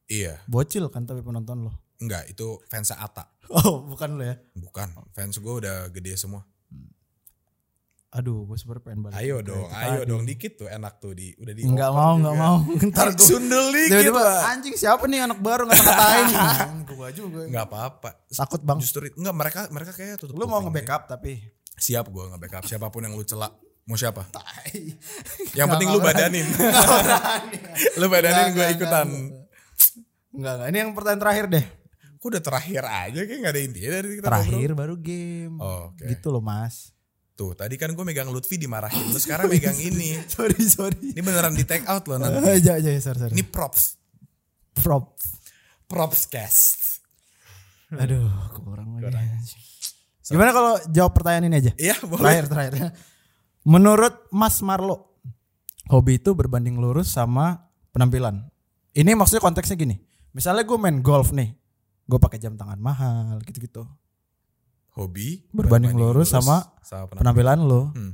S1: iya
S3: bocil kan tapi penonton lo
S1: enggak itu fans Ata
S3: oh bukan lo ya
S1: bukan fans gue udah gede semua
S3: aduh gue super pengen balik
S1: ayo
S3: ke
S1: dong
S3: itu
S1: ayo
S3: tadi.
S1: dong dikit tuh enak tuh di udah di
S3: nggak
S1: oper juga.
S3: mau
S1: gitu,
S3: nggak mau ntar gue
S1: sundel dikit
S3: tiba-tiba
S1: lah
S3: anjing siapa nih anak baru nggak ngatain gue juga
S1: nggak apa-apa
S3: takut bang
S1: justru ya. itu- enggak mereka mereka kayak tutup
S3: lu mau
S1: kuping.
S3: nge-backup tapi
S1: siap gue nggak backup siapapun yang lu celak mau siapa
S3: tai
S1: Yang
S3: Nggak,
S1: penting
S3: nggak
S1: lu
S3: berani.
S1: badanin.
S3: Nggak berani.
S1: lu badanin
S3: Nggak,
S1: gue
S3: nggak,
S1: ikutan.
S3: nggak. nggak nggak ini yang pertanyaan terakhir deh
S1: Kok udah terakhir aja kayak gak ada intinya dari kita
S3: terakhir
S1: ngobrol.
S3: baru game
S1: Oh, oke.
S3: gitu loh mas
S1: Tuh tadi kan gue megang Lutfi dimarahin. Lu sekarang megang ini.
S3: sorry sorry
S1: Ini beneran di take out loh nanti.
S3: aja aja sorry sorry
S1: Ini props.
S3: prop
S1: Props cast.
S3: aduh kurang lagi gimana kalau jawab pertanyaan ini aja
S1: Iya boleh.
S3: terakhir terakhir ya. menurut Mas Marlo hobi itu berbanding lurus sama penampilan ini maksudnya konteksnya gini misalnya gue main golf nih gue pakai jam tangan mahal gitu-gitu
S1: Hobi.
S3: Berbanding lurus sama
S1: penampilan.
S3: penampilan lo
S1: Hmm.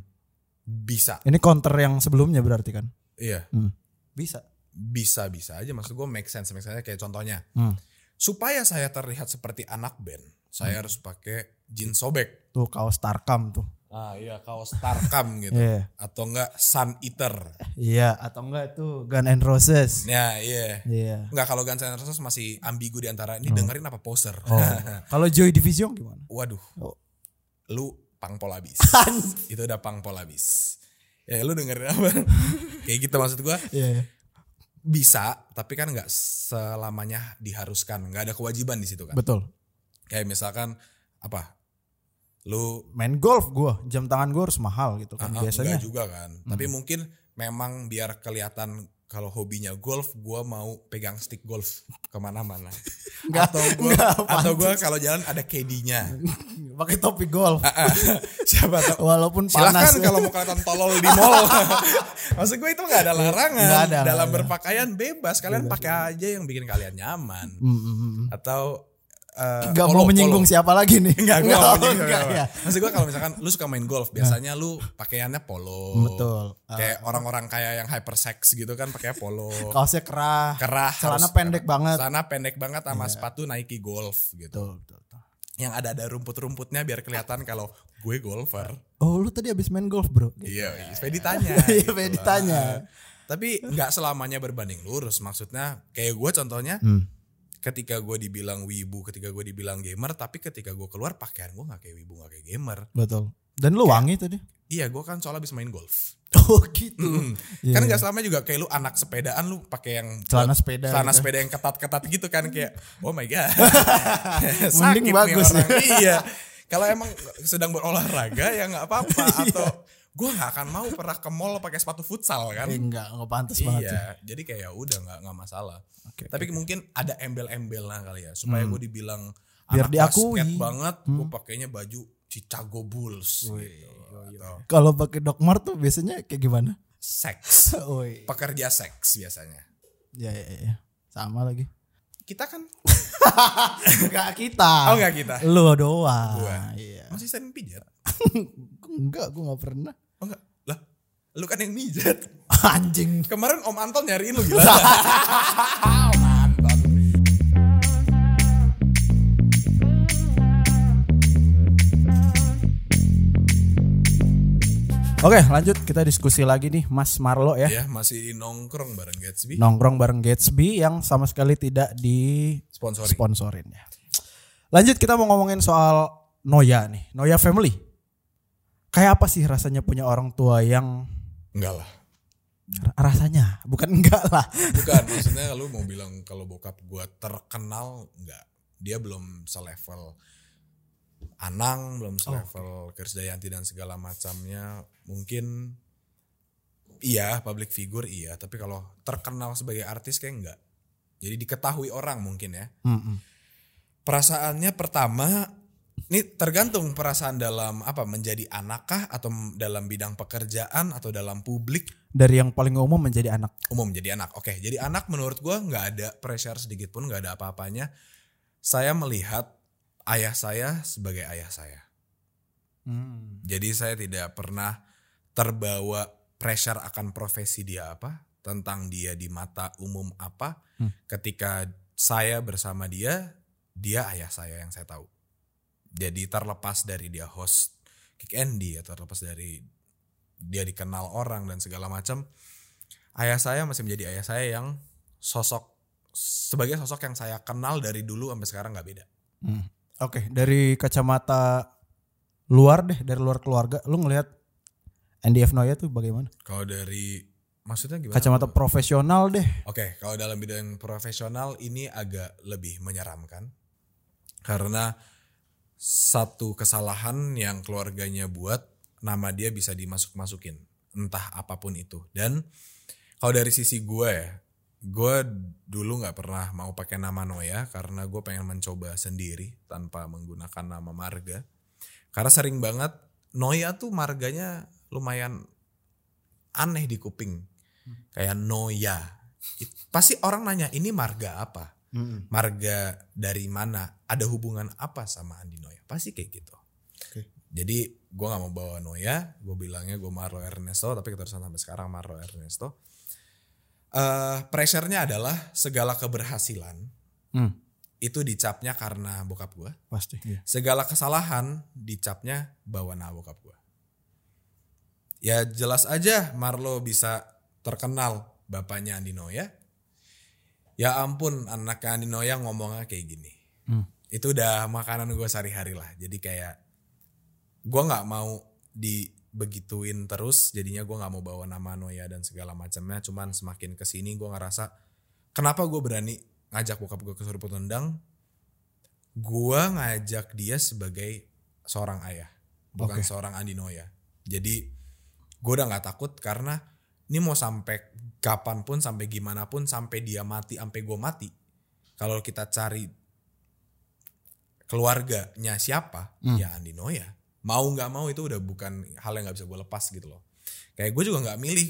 S1: Bisa.
S3: ini counter yang sebelumnya berarti kan
S1: Iya.
S3: Hmm. bisa
S1: Bisa-bisa aja. Maksud gue make sense. Make sense kayak contohnya.
S3: Hmm.
S1: Supaya saya terlihat seperti anak band.
S3: Hmm.
S1: Saya harus pakai jeans sobek.
S3: tuh kaos Starcam tuh
S1: Ah iya kaos Tarkam gitu.
S3: iya
S1: Atau enggak Sun Eater.
S3: iya atau enggak tuh Gun and Roses
S1: Ya iya.
S3: iya
S1: Enggak kalau Guns N' Roses masih ambigu di antara ini dengerin apa poser.
S3: Hmm. Oh. Kalau Joy Division gimana?
S1: Waduh.
S3: Oh.
S1: Lu pangpol abis. itu udah pangpol abis. Ya lu dengerin apa? Kayak gitu maksud gua.
S3: Iya.
S1: Bisa, tapi kan nggak selamanya diharuskan. nggak ada kewajiban di situ kan.
S3: Betul.
S1: Kayak misalkan apa? Lu
S3: Main golf gua, jam tangan gua harus mahal gitu kan
S1: ah, ah,
S3: biasanya. Hmm.
S1: enggak juga kan. Tapi mungkin memang biar kelihatan kalau hobinya golf, gua mau pegang stick golf kemana-mana. atau gua
S3: enggak,
S1: atau gua kalau jalan ada KD-nya.
S3: Pakai topi golf.
S1: Ah, siapa tahu
S3: Walaupun panas.
S1: silakan kalau mau kelihatan tolol di mall maksud gue itu nggak ada larangan
S3: Nggak ada,
S1: dalam
S3: nggak ada.
S1: berpakaian bebas kalian pakai aja yang bikin kalian nyaman
S3: Mm, mm, mm.
S1: atau eh,
S3: Nggak
S1: polo,
S3: mau menyinggung
S1: polo.
S3: siapa lagi nih?
S1: Enggak, gue
S3: Nggak,
S1: nggak menyinggung
S3: nggak,
S1: siapa.
S3: ya.
S1: Maksud gue kalau misalkan lu suka main golf, biasanya lu pakaiannya polo.
S3: Betul. Eh,
S1: Kayak orang-orang kaya yang hypersex gitu kan pakai polo.
S3: Kaosnya kerah.
S1: Kerah.
S3: celana
S1: harus-
S3: pendek banget.
S1: Celana pendek banget sama sepatu Nike golf gitu.
S3: Betul, betul, betul.
S1: Yang ada-ada rumput-rumputnya biar kelihatan kalau gue golfer.
S3: Oh, lu tadi habis main golf, Bro.
S1: Iya, supaya ditanya.
S3: Iya,
S1: gitu
S3: supaya
S1: lah.
S3: ditanya.
S1: Tapi nggak selamanya berbanding lurus. Maksudnya kayak gue contohnya
S3: Hmm.
S1: ketika gue dibilang wibu, ketika gue dibilang gamer, tapi ketika gue keluar pakaian gue nggak kayak wibu, nggak kayak gamer.
S3: Betul. Dan lu wangi tadi.
S1: Iya, gue kan soalnya habis main golf.
S3: Oh, gitu.
S1: Mm.
S3: Iya.
S1: Kan nggak selamanya juga kayak lu anak sepedaan lu pakai yang
S3: Celana sepeda
S1: celana
S3: gitu.
S1: sepeda yang ketat-ketat gitu kan kayak oh my god.
S3: Mending
S1: nih
S3: bagus ya.
S1: orang. iya. Kalau emang sedang berolahraga ya nggak apa-apa
S3: Iya.
S1: atau gue nggak akan mau pernah ke mall pakai sepatu futsal kan.
S3: Eh, enggak, enggak pantas banget. sih.
S1: Iya, jadi kayak ya udah nggak nggak masalah.
S3: Oke, Hmm.
S1: Tapi mungkin ada embel-embel lah kali ya, supaya gue dibilang
S3: Biar
S1: anak
S3: diakui. Hmm.
S1: basket banget, gue pakainya baju Chicago Bulls
S3: iya,
S1: gitu. Atau
S3: Kalau pakai Doc Mart tuh biasanya kayak gimana? Oh, iya,
S1: seks,
S3: Oi.
S1: pekerja seks biasanya.
S3: Ya, ya, ya. Sama lagi.
S1: Kita kan
S3: Enggak kita.
S1: Oh, nggak kita.
S3: Lu doang.
S1: Gua.
S3: Ah. Iya.
S1: masih sering pijat.
S3: Enggak, gua enggak pernah.
S1: Oh enggak. Lah, lu kan yang mijat.
S3: Anjing.
S1: Kemarin Om Anton nyariin lu gila. Om Anton.
S3: Oke, lanjut kita diskusi lagi nih Mas Marlo ya.
S1: Ya, masih di nongkrong bareng Gatsby.
S3: Nongkrong bareng Gatsby yang sama sekali tidak di
S1: Sponsoring.
S3: sponsorin ya. Lanjut kita mau ngomongin soal Noya nih, Noya Family. kayak apa sih rasanya punya orang tua yang
S1: Enggak lah.
S3: ra- rasanya bukan enggak lah
S1: Bukan, maksudnya lu mau bilang kalau bokap gua terkenal enggak. Dia belum selevel Anang, belum selevel Krisdayanti dan segala macamnya. Mungkin iya, public figure iya, tapi kalau terkenal sebagai artis kayak enggak. Jadi diketahui orang mungkin ya.
S3: Mm-mm.
S1: Perasaannya pertama ini tergantung perasaan dalam apa menjadi anakkah atau dalam bidang pekerjaan atau dalam publik
S3: dari yang paling umum menjadi anak
S1: umum jadi anak. Oke, jadi anak menurut gua nggak ada pressure sedikit pun, nggak ada apa-apanya. Saya melihat ayah saya sebagai ayah saya. Jadi saya tidak pernah terbawa pressure akan profesi dia apa, tentang dia di mata umum apa.
S3: Hmm.
S1: Ketika saya bersama dia, dia ayah saya yang saya tahu. Jadi terlepas dari dia host Kick Andy atau terlepas dari dia dikenal orang dan segala macam, ayah saya masih menjadi ayah saya yang sosok sebagai sosok yang saya kenal dari dulu sampai sekarang nggak beda.
S3: Hmm. Oke, dari kacamata luar deh, dari luar keluarga, lu ngelihat Andy F. Noya tuh bagaimana?
S1: Kalau dari maksudnya gimana?
S3: Kacamata profesional deh.
S1: Oke, kalau dalam bidang profesional ini agak lebih menyeramkan karena satu kesalahan yang keluarganya buat nama dia bisa dimasuk-masukin entah apapun itu dan kalau dari sisi gue ya gue dulu nggak pernah mau pakai nama Noya karena gue pengen mencoba sendiri tanpa menggunakan nama marga karena sering banget Noya tuh marganya lumayan aneh di kuping kayak Noya It- pasti orang nanya ini marga apa marga dari mana ada hubungan apa sama Andi Noya pasti kayak gitu
S3: Oke.
S1: jadi gue nggak mau bawa Noya gue bilangnya gue Marlo Ernesto tapi keterusan sampai sekarang Marlo Ernesto eh pressure-nya adalah segala keberhasilan
S3: Hmm,
S1: itu dicapnya karena bokap gue
S3: pasti. Iya.
S1: segala kesalahan dicapnya bawa nama bokap gue. Ya jelas aja Marlo bisa terkenal bapaknya Andi Noya. Ya ampun anaknya Andi Noya ngomongnya kayak gini.
S3: Hmm.
S1: Itu udah makanan gue sehari-hari lah. Jadi kayak gue nggak mau dibegituin terus. Jadinya gue nggak mau bawa nama Noya dan segala macamnya. Cuman semakin kesini gue ngerasa kenapa gue berani ngajak bokap gue ke Suriput Tendang gua ngajak dia sebagai seorang ayah bukan
S3: Oke.
S1: seorang Andi Noya jadi gua udah nggak takut karena ini mau sampai kapanpun sampai gimana pun sampai dia mati sampai gua mati kalau kita cari keluarganya siapa ya Andi Noya mau nggak mau itu udah bukan hal yang nggak bisa gua lepas gitu loh kayak gue juga nggak milih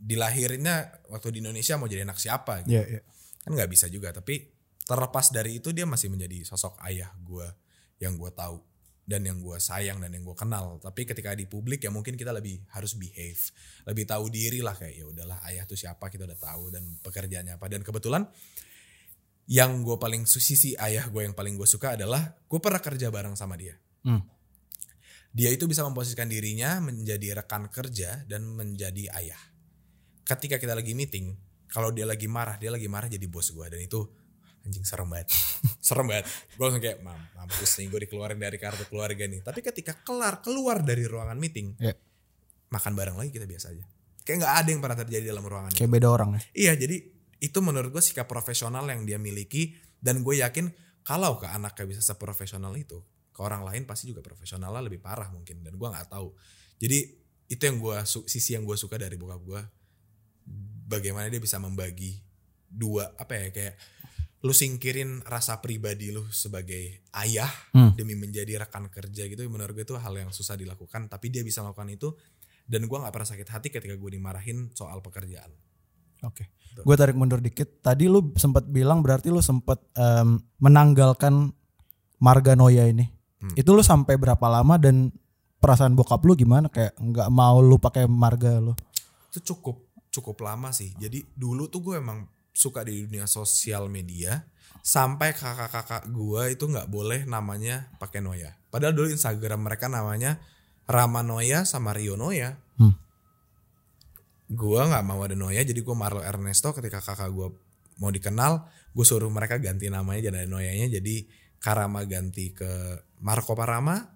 S1: dilahirinnya waktu di Indonesia mau jadi anak siapa gitu
S3: Iya, iya.
S1: kan nggak bisa juga tapi terlepas dari itu dia masih menjadi sosok ayah gue yang gue tahu dan yang gue sayang dan yang gue kenal tapi ketika di publik ya mungkin kita lebih harus behave lebih tahu diri lah kayak ya udahlah ayah tuh siapa kita udah tahu dan pekerjaannya apa dan kebetulan yang gue paling su- sisi ayah gue yang paling gue suka adalah gue pernah kerja bareng sama dia
S3: Hmm.
S1: dia itu bisa memposisikan dirinya menjadi rekan kerja dan menjadi ayah ketika kita lagi meeting, kalau dia lagi marah, dia lagi marah jadi bos gua dan itu anjing serem banget. serem banget. Gue langsung kayak, mam, mampus nih gue dikeluarin dari kartu keluarga nih. Tapi ketika kelar, keluar dari ruangan meeting,
S3: Iya.
S1: makan bareng lagi kita biasa aja. Kayak nggak ada yang pernah terjadi dalam ruangan itu.
S3: Kayak beda orang ya.
S1: Iya jadi itu menurut gue sikap profesional yang dia miliki dan gue yakin kalau ke anaknya bisa seprofesional itu ke orang lain pasti juga profesionalnya lebih parah mungkin dan gue nggak tahu jadi itu yang gue su- sisi yang gue suka dari bokap gue bagaimana dia bisa membagi dua apa ya kayak lu singkirin rasa pribadi lu sebagai ayah
S3: Hmm.
S1: demi menjadi rekan kerja gitu menurut gue itu hal yang susah dilakukan tapi dia bisa melakukan itu dan gue nggak pernah sakit hati ketika gue dimarahin soal pekerjaan
S3: Oke.
S1: Betul.
S3: Gue tarik mundur dikit. Tadi lu sempat bilang berarti lu sempat em, menanggalkan marga Noya ini.
S1: Hmm.
S3: Itu lu sampai berapa lama dan perasaan bokap lu gimana kayak nggak mau lu pakai marga lu?
S1: itu cukup cukup lama sih. Jadi dulu tuh gue emang suka di dunia sosial media sampai kakak-kakak gue itu nggak boleh namanya pakai Noya. Padahal dulu Instagram mereka namanya Rama Noya sama Rio Noya.
S3: Hmm.
S1: Gue nggak mau ada Noya, jadi gue Marlo Ernesto ketika kakak gue mau dikenal, gue suruh mereka ganti namanya jadi ada Noyanya jadi Karama ganti ke Marco Parama,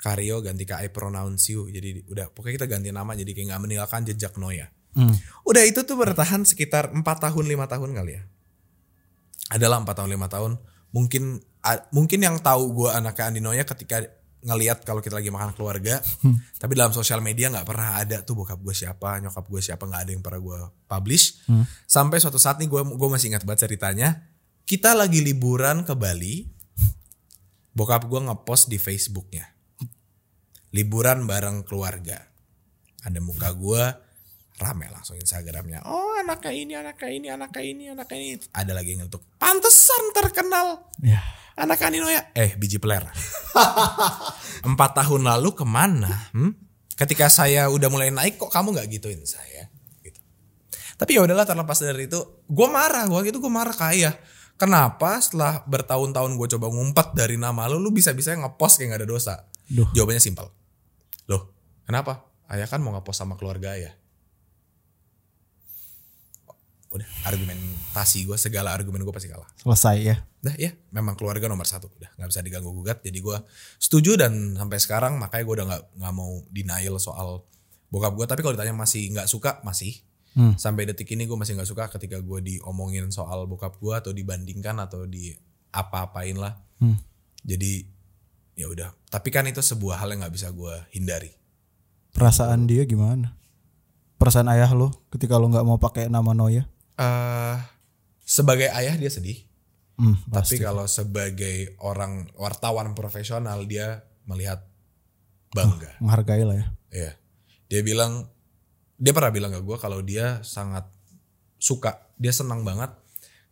S1: Karyo ganti ke I pronounce you. Jadi udah pokoknya kita ganti nama jadi kayak nggak meninggalkan jejak Noya.
S3: Hmm.
S1: Udah itu tuh bertahan sekitar 4 tahun 5 tahun kali ya. Adalah 4 tahun 5 tahun. Mungkin a- mungkin yang tahu gua anaknya Andi Noya ketika ngelihat kalau kita lagi makan keluarga, tapi dalam sosial media nggak pernah ada tuh bokap gue siapa, nyokap gue siapa nggak ada yang pernah gue publish. Sampai suatu saat nih gue gue masih ingat banget ceritanya, kita lagi liburan ke Bali, bokap gue ngepost di Facebooknya, liburan bareng keluarga ada muka gua rame langsung Instagramnya oh anaknya ini anaknya ini anaknya ini anaknya ini ada lagi yang ngelutuk pantesan terkenal
S3: Ya.
S1: anak Anino ya eh biji peler empat tahun lalu kemana hmm? ketika saya udah mulai naik kok kamu nggak gituin saya gitu. tapi ya udahlah terlepas dari itu gue marah gue gitu gue marah kayak kenapa setelah bertahun-tahun gue coba ngumpet dari nama lu lu bisa-bisa ngepost kayak gak ada dosa
S3: Duh.
S1: jawabannya simpel loh kenapa ayah kan mau ngepost sama keluarga ya?" ayah udah argumentasi gue segala argumen gue pasti kalah
S3: Selesai ya.
S1: Dah ya, memang keluarga nomor satu. Udah nggak bisa diganggu gugat. Jadi gua setuju dan sampai sekarang makanya gua udah nggak nggak mau denial soal bokap gua Tapi kalau ditanya masih nggak suka masih.
S3: Hmm.
S1: Sampai detik ini gue masih nggak suka ketika gua diomongin soal bokap gua atau dibandingkan atau di apa-apain lah.
S3: Hmm.
S1: Jadi ya udah. Tapi kan itu sebuah hal yang nggak bisa gua hindari.
S3: Perasaan dia gimana? Perasaan ayah lo ketika lo nggak mau pakai nama Noya?
S1: eh sebagai ayah dia sedih.
S3: Hmm,
S1: Tapi
S3: pasti.
S1: kalau sebagai orang wartawan profesional dia melihat bangga.
S3: menghargai lah ya.
S1: Iya. Dia bilang dia pernah bilang ke gue kalau dia sangat suka, dia senang banget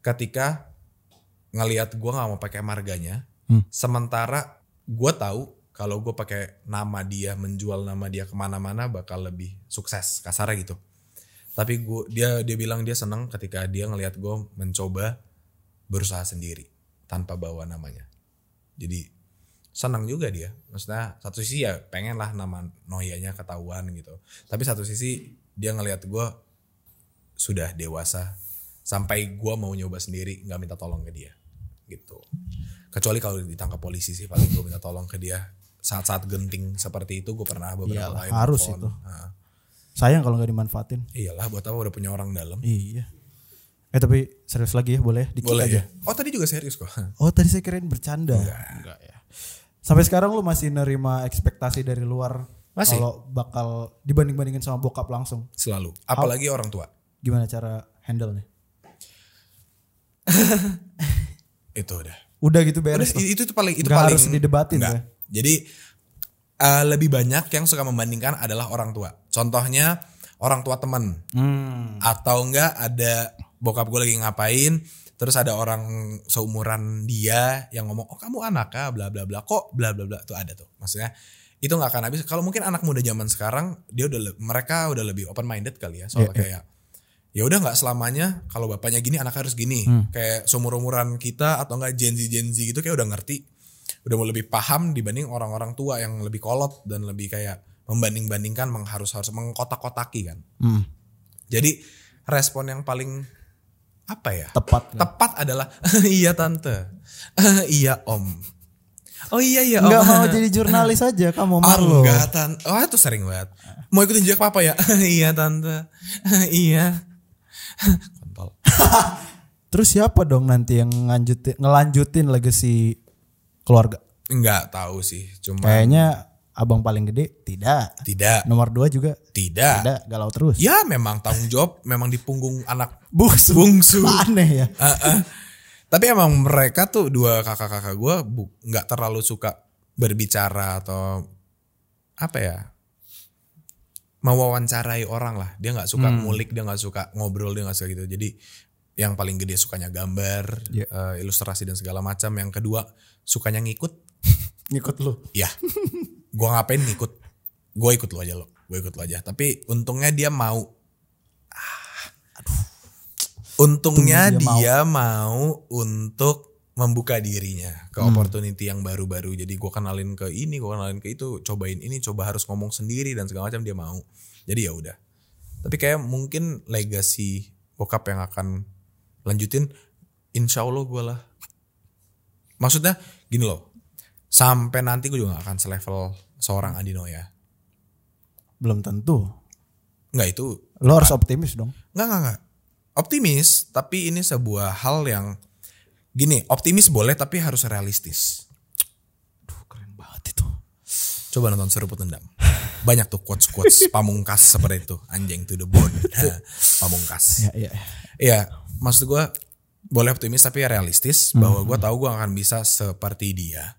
S1: ketika ngelihat gue nggak mau pakai marganya.
S3: Hmm.
S1: Sementara gue tahu kalau gue pakai nama dia menjual nama dia kemana-mana bakal lebih sukses kasarnya gitu. Tapi gue dia dia bilang dia senang ketika dia ngelihat gue mencoba berusaha sendiri tanpa bawa namanya. Jadi senang juga dia. Maksudnya satu sisi ya pengen lah nama Noyanya ketahuan gitu. Tapi satu sisi dia ngelihat gue sudah dewasa sampai gue mau nyoba sendiri nggak minta tolong ke dia gitu. Kecuali kalau ditangkap polisi sih paling gue minta tolong ke dia saat-saat genting seperti itu gue pernah beberapa kali
S3: Iyalah, harus
S1: nelfon.
S3: itu.
S1: Nah,
S3: Sayang kalau nggak dimanfaatin.
S1: iyalah buat apa udah punya orang dalam.
S3: Iya. Eh tapi serius lagi ya boleh dikit
S1: Boleh ya.
S3: aja.
S1: Oh tadi juga serius kok.
S3: Oh tadi saya kirain bercanda. ya. Sampai sekarang lu masih nerima ekspektasi dari luar.
S1: Masih.
S3: Kalau bakal dibanding-bandingin sama bokap langsung.
S1: Selalu. Apalagi orang tua.
S3: Gimana cara handle nih?
S1: Itu udah.
S3: Udah gitu
S1: Udah,
S3: beres tuh.
S1: i- itu tuh paling itu
S3: Nggak
S1: paling
S3: harus didebatin
S1: Nggak.
S3: ya.
S1: Jadi eh, lebih banyak yang suka membandingkan adalah orang tua. Contohnya orang tua teman
S3: Hmm.
S1: atau enggak ada bokap gue lagi ngapain terus ada orang seumuran dia yang ngomong oh kamu anak ah bla bla bla kok bla bla bla tuh ada tuh maksudnya itu nggak akan habis kalau mungkin anak muda zaman sekarang dia udah le- mereka udah lebih open minded kali ya
S3: Iya,
S1: soal kayak ya udah nggak selamanya kalau bapaknya gini anak harus gini
S3: Hmm.
S1: kayak seumur umuran kita atau enggak Gen Z Gen Z gitu kayak udah ngerti udah mau lebih paham dibanding orang-orang tua yang lebih kolot dan lebih kayak membanding-bandingkan mengharus harus mengkotak-kotaki kan
S3: Hmm.
S1: jadi respon yang paling apa ya?
S3: Tepat. nggak?
S1: Tepat adalah iya tante, iya om. Oh iya iya om.
S3: Nggak mau jadi jurnalis aja
S1: Oh,
S3: kamu Marlo.
S1: enggak tante. Oh itu sering banget. Mau ikutin jejak papa ya? iya tante, iya. Kontol.
S3: Terus siapa dong nanti yang ngelanjutin, ngelanjutin legacy keluarga?
S1: Enggak tahu sih, cuma
S3: Kayaknya abang paling gede tidak.
S1: tidak,
S3: Nomor dua juga
S1: tidak.
S3: tidak galau terus.
S1: Ya memang tanggung jawab memang di punggung anak
S3: Bungsu.
S1: bungsu.
S3: Aneh ya.
S1: Heeh. Tapi emang mereka tuh dua kakak-kakak gue nggak terlalu suka berbicara atau apa ya mewawancarai orang lah. Dia nggak suka ngulik, dia nggak suka ngobrol, dia nggak suka gitu. Jadi yang paling gede sukanya gambar,
S3: Iya.
S1: eh, ilustrasi dan segala macam. Yang kedua sukanya ngikut.
S3: Ngikut lu.
S1: Ya, gue ngapain ngikut? Gue ikut lo aja lo, gue ikut lo aja. Tapi untungnya dia mau. Ah, aduh. Untungnya
S3: Untungnya
S1: dia,
S3: dia
S1: mau. Hmm. untuk membuka dirinya ke opportunity yang baru-baru. Jadi gue kenalin ke ini, gue kenalin ke itu, cobain ini, coba harus ngomong sendiri dan segala macam dia mau. Jadi ya udah. Tapi kayak mungkin legacy bokap yang akan lanjutin, insya Allah gue lah. Maksudnya gini loh, sampai nanti gue juga gak akan selevel seorang ya. Andi Noya?
S3: Belum tentu.
S1: Enggak itu,
S3: Lo harus optimis dong.
S1: enggak enggak enggak. Optimis, tapi ini sebuah hal yang gini, optimis boleh tapi harus realistis.
S3: Duh, keren banget itu.
S1: Coba nonton Seruput Nendam. Banyak tuh quotes-quotes pamungkas seperti itu. Anjing to the bone. Nah, pamungkas.
S3: Ya, ya.
S1: Iya, maksud gue boleh optimis tapi ya realistis bahwa gue tahu gue akan bisa seperti dia.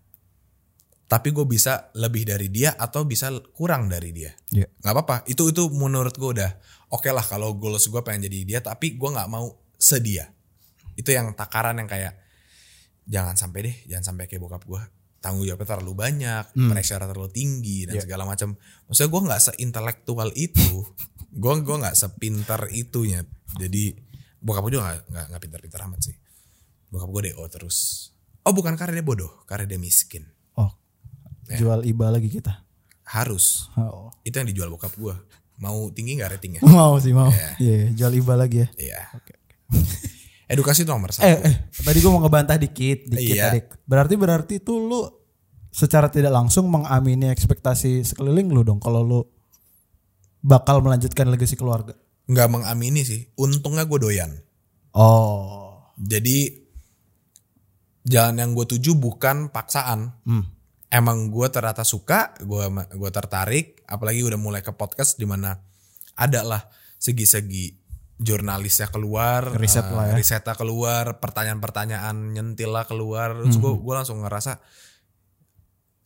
S1: Tapi gue bisa lebih dari dia atau bisa kurang dari dia.
S3: Iya.
S1: Gak apa-apa. Itu itu menurut gue udah oke lah kalau goals gue pengen jadi dia tapi gue nggak mau sedia. Itu yang takaran yang kayak jangan sampai deh, jangan sampai kayak bokap gue tanggung jawabnya terlalu banyak, pressure terlalu tinggi dan segala macam. Maksudnya gue nggak seintelektual itu, gue gua nggak sepintar itunya. Jadi bokap gue juga nggak- nggak nggak pintar-pintar amat sih. Bokap gue do terus. Oh bukan karena dia bodoh, karena dia miskin.
S3: Oh. Jual IBA lagi kita.
S1: Harus
S3: Oh.
S1: itu yang dijual bokap gue. Mau tinggi nggak ratingnya?
S3: Mau sih mau. Iya, jual IBA lagi ya.
S1: Iya. Edukasi itu nomor
S3: Eh,
S1: satu.
S3: eh, tadi gue mau ngebantah dikit, dikit
S1: Iya.
S3: adik. Berarti berarti itu lu secara tidak langsung mengamini ekspektasi sekeliling lu dong kalau lu bakal melanjutkan legacy keluarga.
S1: Nggak mengamini sih. Untungnya gue doyan.
S3: Oh.
S1: Jadi jalan yang gue tuju bukan paksaan. Emang gue ternyata suka, gue gue tertarik, apalagi udah mulai ke podcast di mana ada lah segi-segi jurnalisnya keluar,
S3: Riset
S1: eh,
S3: lah ya.
S1: risetnya keluar, pertanyaan-pertanyaan nyentil lah keluar.
S3: Hmm.
S1: Terus gue gue langsung ngerasa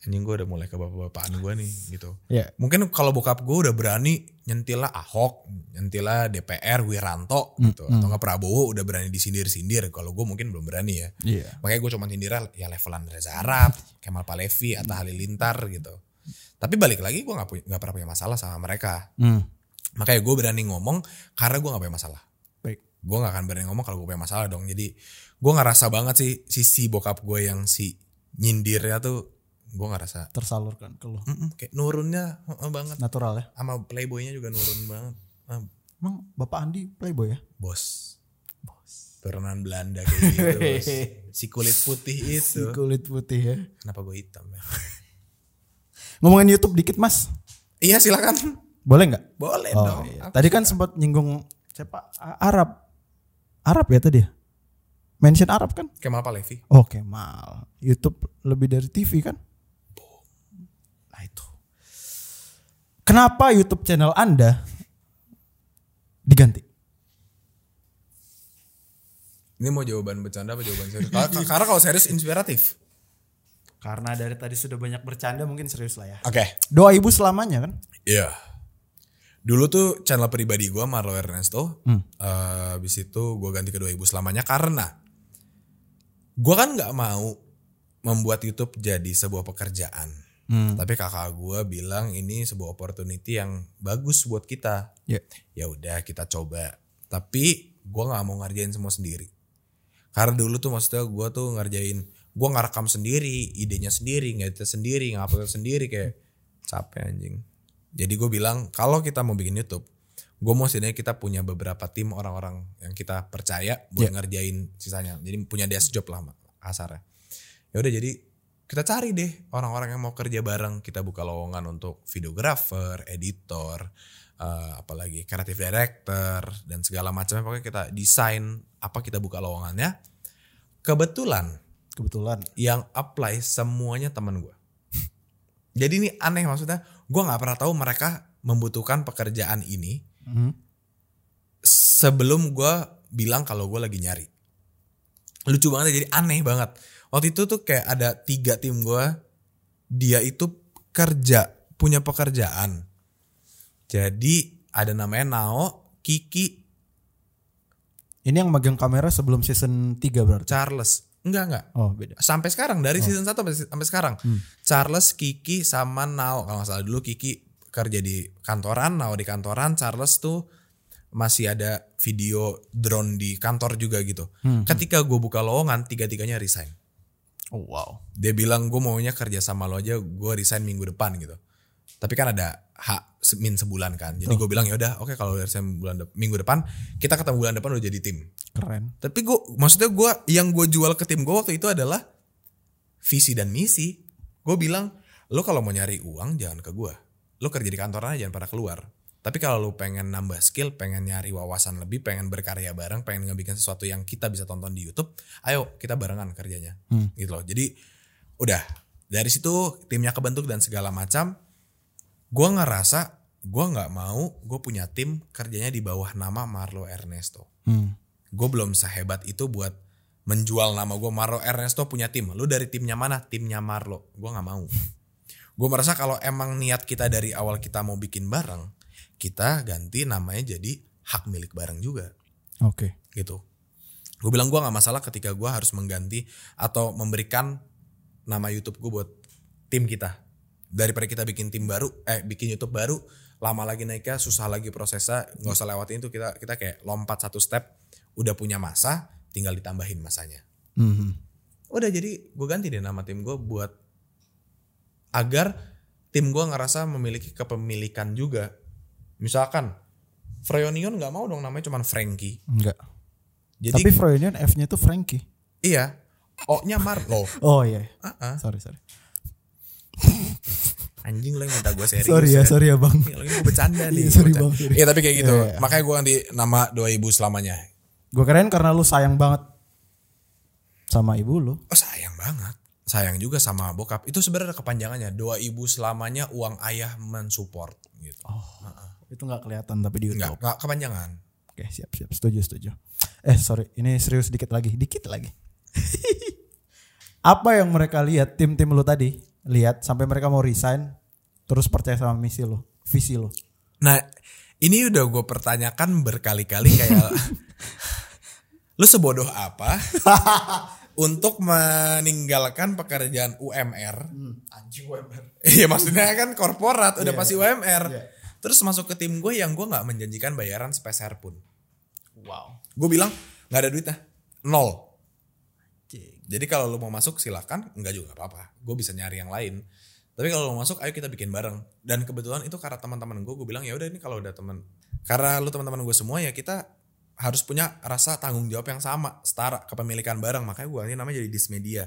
S1: anjing gue udah mulai ke bapak-bapaan gue nih gitu.
S3: Ya.
S1: mungkin kalau bokap gue udah berani nyentilah Ahok, nyentilah DPR, Wiranto gitu, atau nggak Prabowo udah berani disindir-sindir. Kalau gue mungkin belum berani ya.
S3: Iya.
S1: Makanya gue cuma sindiran ya levelan Reza Arab, Kemal Palevi, Atta Halilintar gitu. Tapi balik lagi gue nggak punya- nggak pernah punya masalah sama mereka.
S3: Hmm.
S1: Makanya gue berani ngomong karena gue nggak punya masalah.
S3: Baik.
S1: Gue nggak akan berani ngomong kalau gue punya masalah dong. Jadi gue ngerasa banget sih sisi bokap gue yang si nyindirnya tuh gue ngerasa
S3: Tersalurkan ke lu.
S1: "Mm-mm, kayak nurunnya heeh banget
S3: Natural ya.
S1: sama playboynya juga nurun banget Ah,
S3: Emang Bapak Andi playboy ya?
S1: bos bos turunan Belanda kayak gitu bos. si kulit putih itu
S3: Kulit putih ya.
S1: kenapa gue hitam ya
S3: Ngomongin YouTube dikit, Mas.
S1: iya silakan
S3: Boleh nggak?
S1: boleh
S3: Oh,
S1: Eh, dong
S3: iya. Tadi kan sempat nyinggung siapa? A- Arab. Arab ya tadi? ya? Mention Arab kan?
S1: Kemal Palevi
S3: Oke, mal. YouTube lebih dari TV kan? Nah itu. Kenapa YouTube channel Anda diganti?
S1: ini mau jawaban bercanda apa jawaban serius Kar- kar- karena kalau serius inspiratif
S3: Karena dari tadi sudah banyak bercanda mungkin serius lah ya.
S1: oke
S3: Doa ibu selamanya kan?
S1: iya dulu tuh channel pribadi gue Marlo Ernesto Eh, habis itu gue ganti kedua ibu selamanya karena gue kan nggak mau membuat YouTube jadi sebuah pekerjaan. Tapi kakak gue bilang ini sebuah opportunity yang bagus buat kita.
S3: Iya.
S1: Ya udah kita coba. Tapi gue nggak mau ngerjain semua sendiri. Karena dulu tuh maksudnya gue tuh ngerjain, gue ngerekam sendiri, idenya sendiri, ngedit sendiri, ngupload sendiri kayak capek anjing. Jadi gue bilang kalau kita mau bikin YouTube, gue mau sebenarnya kita punya beberapa tim orang-orang yang kita percaya buat ngerjain sisanya. Jadi punya desk job lah kasarnya ya udah jadi kita cari deh orang-orang yang mau kerja bareng kita buka lowongan untuk videographer, editor, eh, apalagi kreatif director dan segala macamnya pokoknya kita desain apa kita buka lowongannya. Kebetulan
S3: Kebetulan.
S1: yang apply semuanya teman gue. Jadi ini aneh maksudnya, gue nggak pernah tahu mereka membutuhkan pekerjaan ini
S3: Hmm.
S1: sebelum gue bilang kalau gue lagi nyari. Lucu banget ya, jadi aneh banget. Waktu itu tuh kayak ada tiga tim gue, dia itu kerja punya pekerjaan. Jadi ada namanya Nao, Kiki,
S3: Ini yang megang kamera sebelum season 3 berarti.
S1: Charles. Enggak enggak.
S3: Oh, beda.
S1: sampai sekarang dari season 1 sampai, sampai sekarang Charles Kiki sama Nao kalau nggak salah dulu Kiki kerja di kantoran Nao di kantoran Charles tuh masih ada video drone di kantor juga gitu ketika gue buka lowongan tiga tiganya resign
S3: Oh, wow.
S1: dia bilang gue maunya kerja sama lo aja gue resign minggu depan gitu tapi kan ada hak se- min sebulan kan jadi gue bilang ya udah oke kalau resign bulan de- minggu depan kita ketemu bulan depan udah jadi tim
S3: Keren.
S1: tapi gue maksudnya gue yang gue jual ke tim gue waktu itu adalah visi dan misi. Gue bilang Lu kalau mau nyari uang jangan ke gua. Lu kerja di kantor aja jangan pada keluar. Tapi kalau lu pengen nambah skill, pengen nyari wawasan lebih, pengen berkarya bareng, pengen ngebikin sesuatu yang kita bisa tonton di YouTube, ayo kita barengan kerjanya. Gitu loh. Jadi udah dari situ timnya kebentuk dan segala macam. Gua ngerasa gua nggak mau gue punya tim kerjanya di bawah nama Marlo Ernesto
S3: Hmm.
S1: gue belum sehebat itu buat menjual nama gue Marlo Ernesto punya tim lu dari timnya mana timnya Marlo gue nggak mau gue merasa kalau emang niat kita dari awal kita mau bikin bareng kita ganti namanya jadi hak milik bareng juga
S3: Oke.
S1: gitu gue bilang gue nggak masalah ketika gue harus mengganti atau memberikan nama YouTube gue buat tim kita daripada kita bikin tim baru eh bikin YouTube baru lama lagi naiknya susah lagi prosesnya nggak usah lewatin itu kita kita kayak lompat satu step udah punya masa tinggal ditambahin masanya
S3: Mhm.
S1: udah jadi gue ganti deh nama tim gue buat agar tim gue ngerasa memiliki kepemilikan juga misalkan Freyonion nggak mau dong namanya cuman Frankie
S3: Enggak.
S1: jadi
S3: Tapi Froyonion F-nya tuh Frankie.
S1: Iya. O-nya Marlo.
S3: Oh iya.
S1: Ah, ah.
S3: Sorry sorry.
S1: Anjing lo yang minta gue serius. kan?
S3: Sorry ya, sorry ya bang.
S1: Lo ini gua bercanda nih.
S3: Iya, sorry,
S1: Bercanda.
S3: Bang, sorry.
S1: Iya tapi kayak gitu.
S3: Iya, iya.
S1: Makanya gue ganti nama dua ibu selamanya.
S3: Gue keren karena lu sayang banget sama ibu lu.
S1: Oh sayang banget. Sayang juga sama bokap. Itu sebenarnya kepanjangannya. Doa ibu selamanya uang ayah mensupport. Gitu.
S3: Oh, Itu nggak kelihatan tapi di
S1: Enggak,
S3: YouTube.
S1: enggak kepanjangan.
S3: Oke siap siap setuju setuju. Eh sorry ini serius dikit lagi dikit lagi. Apa yang mereka lihat tim-tim lu tadi lihat sampai mereka mau resign terus percaya sama misi lu visi lu.
S1: Nah ini udah gue pertanyakan berkali-kali kayak. lu sebodoh apa? untuk meninggalkan pekerjaan UMR
S3: Hmm, Anjing UMR.
S1: Iya maksudnya kan korporat udah pasti UMR. Terus masuk ke tim gue yang gue nggak menjanjikan bayaran sepeser pun.
S3: Wow.
S1: Gue bilang nggak ada duitnya, nol. Jadi kalau lu mau masuk silakan, nggak juga nggak apa-apa. Gue bisa nyari yang lain. Tapi kalau lu mau masuk, ayo kita bikin bareng. Dan kebetulan itu karena teman-teman gue, gue bilang ya udah ini kalau udah teman, karena lu teman-teman gue semua ya kita harus punya rasa tanggung jawab yang sama, setara kepemilikan bareng. Makanya gue ini namanya jadi dismedia,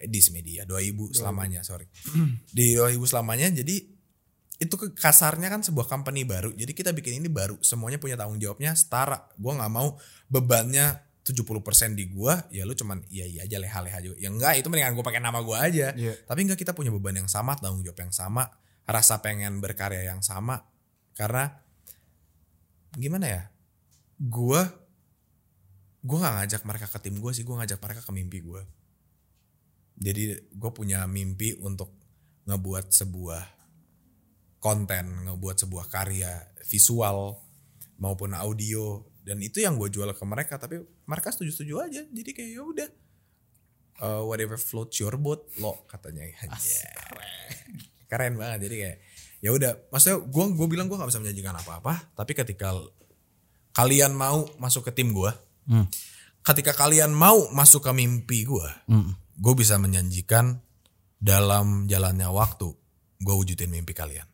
S1: eh, dismedia, dua ibu selamanya, sorry. Di dua ibu selamanya, jadi itu ke- kasarnya kan sebuah company baru. Jadi kita bikin ini baru, semuanya punya tanggung jawabnya setara. Gue nggak mau bebannya 70% di gua ya lu cuman iya iya aja leha-leha juga. Ya enggak, itu mendingan gue pakai nama gua aja.
S3: Iya.
S1: Tapi enggak kita punya beban yang sama, tanggung jawab yang sama, rasa pengen berkarya yang sama. Karena gimana ya? Gua gua nggak ngajak mereka ke tim gua sih, gua ngajak mereka ke mimpi gua. Jadi gue punya mimpi untuk ngebuat sebuah konten, ngebuat sebuah karya visual maupun audio dan itu yang gue jual ke mereka tapi mereka setuju-setuju aja jadi kayak ya udah Eh, whatever floats your boat lo katanya Anjay. keren banget jadi kayak ya udah maksudnya gue gue bilang gue nggak bisa menjanjikan apa-apa tapi ketika l- kalian mau masuk ke tim gue ketika kalian mau masuk ke mimpi gue gue bisa menjanjikan dalam jalannya waktu gue wujudin mimpi kalian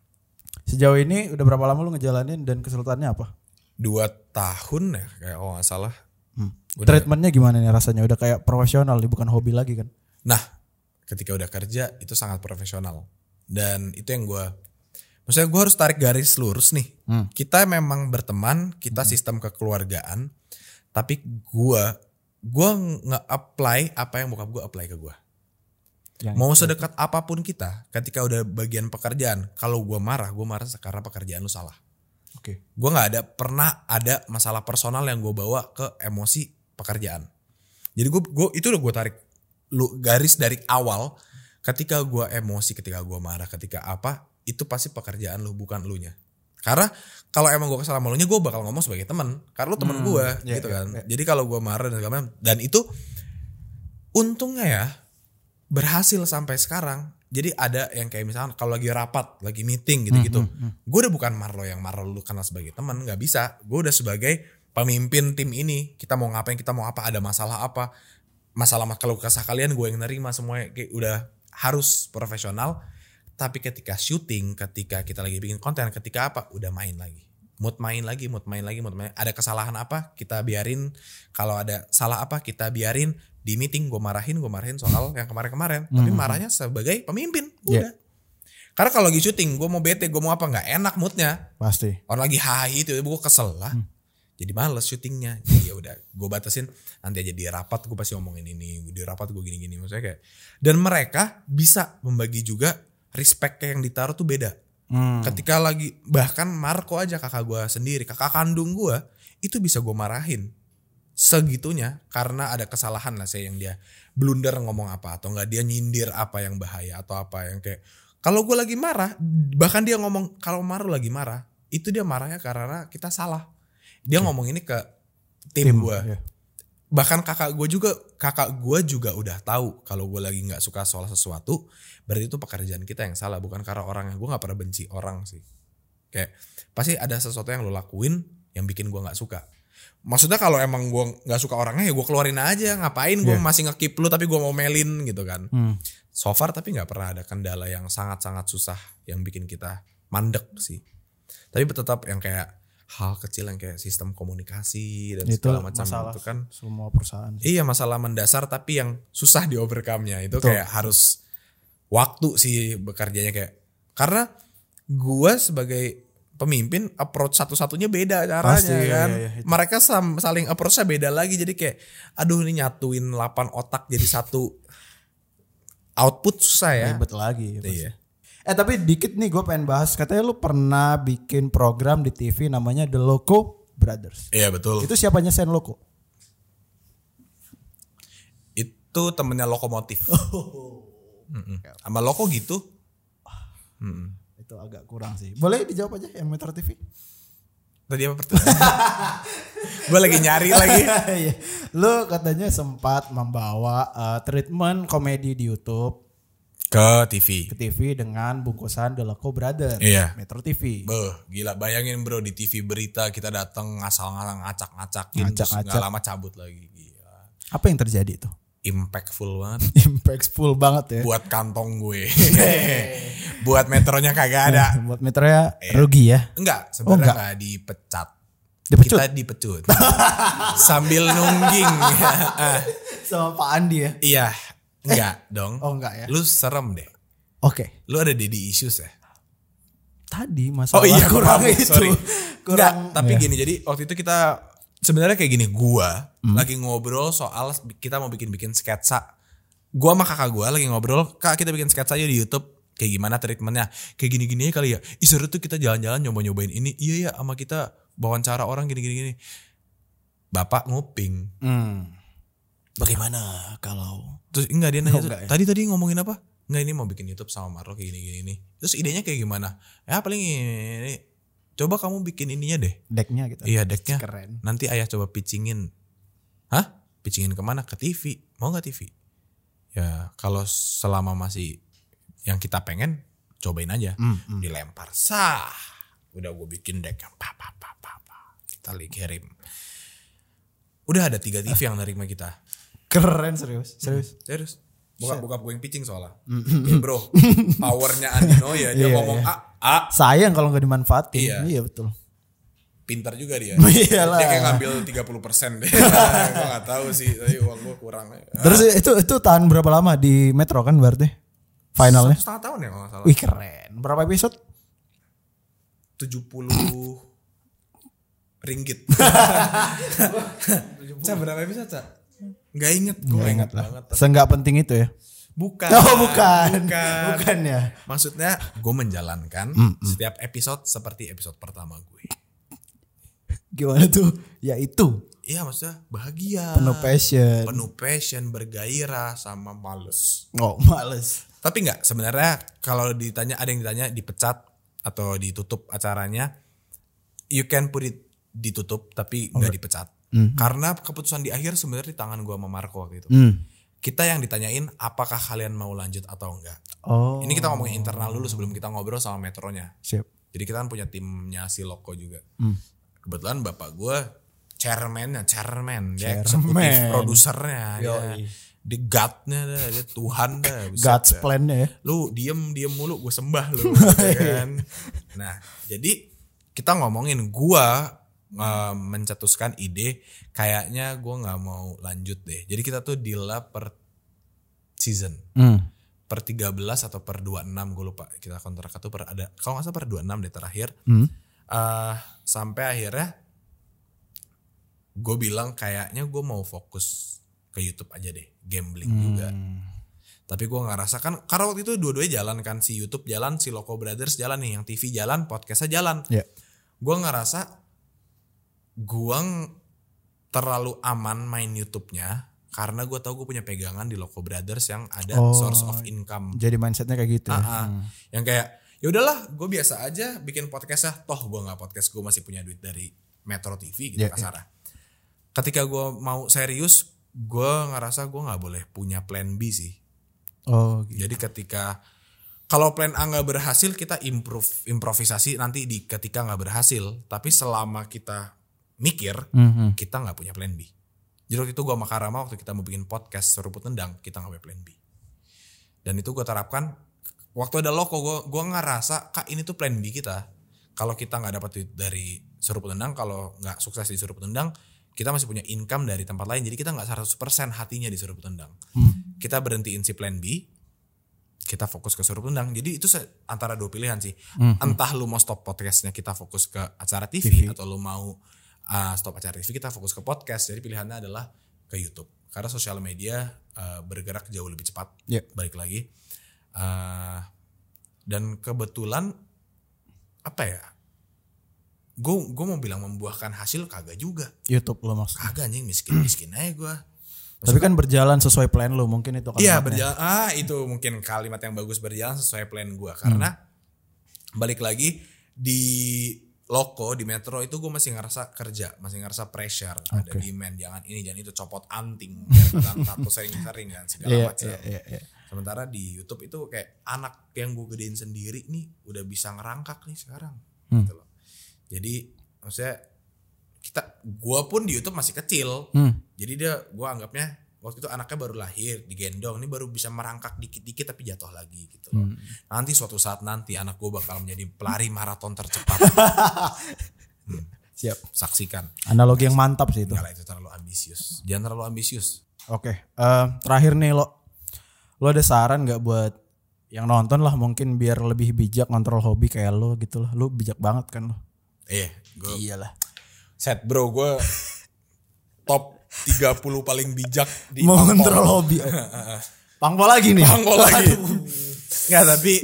S3: Sejauh ini udah berapa lama lu ngejalanin dan kesulitannya apa?
S1: dua tahun ya kayak oh nggak salah Udah.
S3: Treatmentnya gimana nih rasanya? Udah kayak profesional nih bukan hobi lagi kan?
S1: Nah, ketika udah kerja itu sangat profesional dan itu yang gue, maksudnya gue harus tarik garis lurus nih. Kita memang berteman, kita sistem kekeluargaan, tapi gue gue nge-apply apa yang bokap gue apply ke gue.
S3: Yang
S1: Mau sedekat apapun kita, ketika udah bagian pekerjaan, kalau gue marah, gue marah karena pekerjaan lu salah.
S3: Oke.
S1: Gue nggak ada pernah ada masalah personal yang gue bawa ke emosi pekerjaan. Jadi gue gue itu udah gue tarik lu garis dari awal ketika gue emosi, ketika gue marah, ketika apa itu pasti pekerjaan lu bukan lu nya. Karena kalau emang gue kesal sama lu nya gue bakal ngomong sebagai teman. Karena lu teman gue
S3: iya,
S1: gitu
S3: iya,
S1: kan. Jadi kalau gue marah dan segala macam dan itu untungnya ya berhasil sampai sekarang. Jadi ada yang kayak misalkan kalau lagi rapat, lagi meeting gitu-gitu. Gue udah bukan Marlo yang Marlo lu kenal sebagai teman, nggak bisa. Gue udah sebagai pemimpin tim ini. Kita mau ngapain, kita mau apa, ada masalah apa. Masalah kalau kesah kalian gue yang nerima semuanya. Kayak udah harus profesional. Tapi ketika syuting, ketika kita lagi bikin konten, ketika apa, udah main lagi. Mood main lagi, mood main lagi, mood main. Ada kesalahan apa, kita biarin. Kalau ada salah apa, kita biarin. Di meeting gue marahin, gue marahin soal yang kemarin-kemarin. Tapi marahnya sebagai pemimpin, udah. Karena kalau lagi syuting, gue mau bete, gue mau apa nggak enak moodnya.
S3: pasti
S1: Orang lagi high itu, gue kesel lah. Jadi males syutingnya. Jadi ya udah, gue batasin nanti aja di rapat gue pasti ngomongin ini, di rapat gue gini-gini maksudnya kayak. Dan mereka bisa membagi juga respect yang ditaruh tuh beda.
S3: Hmm.
S1: Ketika lagi bahkan Marco aja kakak gue sendiri, kakak kandung gue itu bisa gue marahin segitunya karena ada kesalahan lah saya yang dia blunder ngomong apa atau enggak dia nyindir apa yang bahaya atau apa yang kayak kalau gue lagi marah bahkan dia ngomong kalau Maru lagi marah itu dia marahnya karena kita salah dia ngomong ini ke tim,
S3: Tim,
S1: gue
S3: iya.
S1: bahkan kakak gue juga kakak gue juga udah tahu kalau gue lagi nggak suka soal sesuatu berarti itu pekerjaan kita yang salah bukan karena orang yang gue nggak pernah benci orang sih kayak pasti ada sesuatu yang lo lakuin yang bikin gue nggak suka maksudnya kalau emang gue nggak suka orangnya ya gue keluarin aja ngapain gue
S3: Iya.
S1: masih ngekip lu tapi gue mau melin gitu kan
S3: Hmm.
S1: so far tapi nggak pernah ada kendala yang sangat-sangat susah yang bikin kita mandek sih. Tapi tetap yang kayak hal kecil yang kayak sistem komunikasi dan
S3: itu
S1: segala macam
S3: masalah
S1: itu kan.
S3: semua perusahaan sih.
S1: Iya masalah mendasar tapi yang susah di overcome-nya itu
S3: Betul.
S1: kayak harus waktu sih bekerjanya kayak karena gua sebagai pemimpin approach satu-satunya beda caranya
S3: Pasti, iya,
S1: kan.
S3: iya, iya, itu.
S1: Mereka sam- saling approach-nya beda lagi jadi kayak aduh ini nyatuin 8 otak jadi satu output susah ya.
S3: ribet lagi ya pasti.
S1: Iya.
S3: eh tapi dikit nih gue pengen bahas katanya lu pernah bikin program di TV namanya The Loco Brothers
S1: Iya betul. Itu,
S3: itu siapanya Sen Loco
S1: itu temennya lokomotif. Mm-mm. Sama loko gitu.
S3: itu agak kurang sih boleh dijawab aja yang Metro TV
S1: Tadi apa pertanyaan? gue lagi nyari lagi.
S3: Iya. lu katanya sempat membawa eh, treatment komedi di YouTube
S1: Ke TV.
S3: ke TV dengan bungkusan The Loco Brothers
S1: Iya.
S3: Metro TV
S1: Beuh, gila bayangin bro di TV berita kita datang ngasal-ngasal ngacak-ngacakin terus
S3: Ngacak-ngacak.
S1: nggak lama cabut lagi. Gila.
S3: apa yang terjadi itu
S1: Impactful banget
S3: impactful banget ya
S1: buat kantong gue. buat metronya kagak ada.
S3: buat Metro ya
S1: Iya.
S3: rugi ya
S1: Enggak, sebenarnya
S3: enggak.
S1: enggak dipecat.
S3: Dipecut?
S1: Kita dipecut. Sambil nungging. Ah,
S3: sama Pak Andi ya
S1: Iya, enggak dong.
S3: oh enggak ya
S1: Lu serem deh.
S3: oke
S1: Lu ada daddy issues ya?
S3: tadi masalah iya, kurang
S1: kurang
S3: itu kurang Iya.
S1: Enggak, tapi gini jadi waktu itu kita sebenarnya kayak gini gua
S3: Hmm.
S1: lagi ngobrol soal kita mau bikin-bikin sketsa. Gua sama kakak gua lagi ngobrol, "Kak, kita bikin sketsa aja di YouTube." Kayak gimana treatmentnya? Kayak gini-gini aja kali ya. Ih seru tuh kita jalan-jalan nyoba-nyobain ini. Iya ya sama kita wawancara orang gini-gini gini. Bapak nguping.
S3: Hmm.
S1: Bagaimana
S3: kalau
S1: Terus enggak dia nanya
S3: Oh,
S1: tuh,
S3: enggak ya?
S1: tadi tadi ngomongin apa? Enggak ini mau bikin YouTube sama Marlo kayak gini gini nih. Terus idenya kayak gimana? Ya paling ini. Coba kamu bikin ininya deh.
S3: decknya gitu
S1: Iya decknya.
S3: keren
S1: Nanti ayah coba pitchingin. Hah? Pitchingin kemana? Ke TV. Mau nggak TV? Ya kalau selama masih yang kita pengen cobain aja.
S3: Hmm,
S1: Dilempar sah. Udah gue bikin deck yang pa pa pa pa pa. Kita li- kirim. Udah ada tiga TV yang nerima kita.
S3: keren serius serius
S1: Serius. Bokap bokap gue yang pitching soallah. Ya bro, powernya Andino ya dia
S3: Hmm. Iya,
S1: ngomong
S3: iya.
S1: A, A,
S3: sayang kalau nggak dimanfaatin
S1: Iya.
S3: betul
S1: pintar juga dia.
S3: Iyalah.
S1: Dia kayak ngambil 30% deh. gue gak tahu sih, tapi uang gue kurang.
S3: terus itu itu tahan berapa lama di Metro kan berarti finalnya
S1: Satu setengah tahun ya kalau gak salah.
S3: wih keren berapa episode
S1: 70 ringgit. Cak berapa episode Cak? Gak inget gue.
S3: Nggak
S1: inget
S3: ingat lah
S1: banget.
S3: seenggak penting itu ya
S1: Bukan.
S3: oh bukan
S1: Bukan.
S3: bukan ya
S1: Maksudnya gue menjalankan
S3: Mm,
S1: setiap episode seperti episode pertama gue.
S3: gimana tuh ya itu
S1: Iya maksudnya bahagia.
S3: penuh passion
S1: penuh passion, bergairah sama males.
S3: oh males
S1: Tapi nggak sebenarnya kalau ditanya ada yang ditanya dipecat atau ditutup acaranya, you can put it ditutup tapi nggak dipecat. Karena keputusan di akhir sebenarnya di tangan gua sama Marco waktu itu.
S3: Mm. Hmm.
S1: Kita yang ditanyain apakah kalian mau lanjut atau enggak.
S3: oh
S1: Ini kita ngomongin internal dulu sebelum kita ngobrol sama metronya.
S3: siap
S1: Jadi kita kan punya timnya si Loko juga. Kebetulan bapak gue chairman-nya, chairman, dia eksekutif
S3: Chairman.
S1: produsernya, dia,
S3: Yoi.
S1: dia God-nya dah, dia Tuhan dah. buset
S3: God's
S1: dah.
S3: plan ya
S1: Lu diem diem mulu, gue sembah lu, ya kan? Nah, jadi kita ngomongin gue eh, mencetuskan ide,
S3: Hmm.
S1: kayaknya gue nggak mau lanjut deh. Jadi kita tuh deal lah per season per 13 atau per 26 gue lupa kita kontrak itu per ada kalau nggak salah per 26 deh terakhir
S3: Hmm.
S1: eh sampai akhirnya gue bilang kayaknya gue mau fokus ke YouTube aja deh gambling
S3: Hmm.
S1: juga tapi gue nggak rasa kan karena waktu itu dua-duanya jalan kan si YouTube jalan si Loco Brothers jalan nih yang TV jalan podcastnya jalan
S3: Ya.
S1: gue nggak rasa gue ng- terlalu aman main YouTube-nya karena gue tau gue punya pegangan di Loco Brothers yang ada
S3: Oh.
S1: source of income
S3: Jadi mindsetnya kayak gitu. ya.
S1: Ah, ah. yang kayak ya udahlah gue biasa aja bikin podcast lah toh gue nggak podcast gue masih punya duit dari Metro TV gitu
S3: Ya,
S1: kasarnya ketika gue mau serius gue ngerasa gue nggak boleh punya plan B sih
S3: Oh, gitu.
S1: jadi ketika kalau plan A nggak berhasil kita improve improvisasi nanti di ketika nggak berhasil tapi selama kita mikir
S3: Mhm.
S1: kita nggak punya plan B jadi waktu itu gue sama Karama waktu kita mau bikin podcast seruput tendang kita nggak punya plan B dan itu gue terapkan waktu ada loko gue gue ngerasa kak ini tuh plan B kita kalau kita nggak dapat duit dari seruput tendang kalau nggak sukses di seruput tendang kita masih punya income dari tempat lain jadi kita nggak 100% hatinya di seruput tendang kita berhentiin si plan B kita fokus ke seruput tendang jadi itu se- antara dua pilihan sih entah lu mau stop podcastnya kita fokus ke acara TV, atau lu mau uh, stop acara TV kita fokus ke podcast jadi pilihannya adalah ke YouTube karena sosial media uh, bergerak jauh lebih cepat
S3: Yep.
S1: balik lagi Uh, dan kebetulan apa ya gue gue mau bilang membuahkan hasil kagak juga
S3: YouTube lo maksudnya.
S1: kagak anjing miskin miskin aja gue
S3: Tapi kan berjalan sesuai plan lo, mungkin itu
S1: Iya
S3: kalimatnya.
S1: berjalan ah itu mungkin kalimat yang bagus berjalan sesuai plan gua
S3: Hmm.
S1: karena balik lagi di loko di metro itu gue masih ngerasa kerja masih ngerasa pressure ada
S3: Oke.
S1: demand jangan ini jangan itu copot anting jangan tato sering-sering dan segala
S3: Iya,
S1: macam
S3: iya, iya, iya.
S1: sementara di YouTube itu kayak anak yang gue gedein sendiri nih udah bisa ngerangkak nih sekarang
S3: Hmm.
S1: gitu loh jadi maksudnya kita gue pun di YouTube masih kecil
S3: Hmm.
S1: jadi dia gue anggapnya waktu itu anaknya baru lahir digendong ini baru bisa merangkak dikit-dikit tapi jatuh lagi gitu loh. Nanti suatu saat nanti anak gue bakal menjadi pelari maraton tercepat.
S3: Siap.
S1: Saksikan.
S3: Analogi yang mantap sih itu.
S1: Enggak lah, itu terlalu ambisius. Jangan terlalu ambisius.
S3: Oke, eh, terakhir nih lo, lo ada saran nggak buat yang nonton lah mungkin biar lebih bijak ngontrol hobi kayak lo gitu lah. Lo bijak banget kan lo.
S1: Eh, gue
S3: Iyalah.
S1: set bro gue top 30 paling bijak di
S3: Mau
S1: Pangpol.
S3: ngontrol hobi. Pangpol lagi nih.
S1: Pangpol lagi. Enggak tapi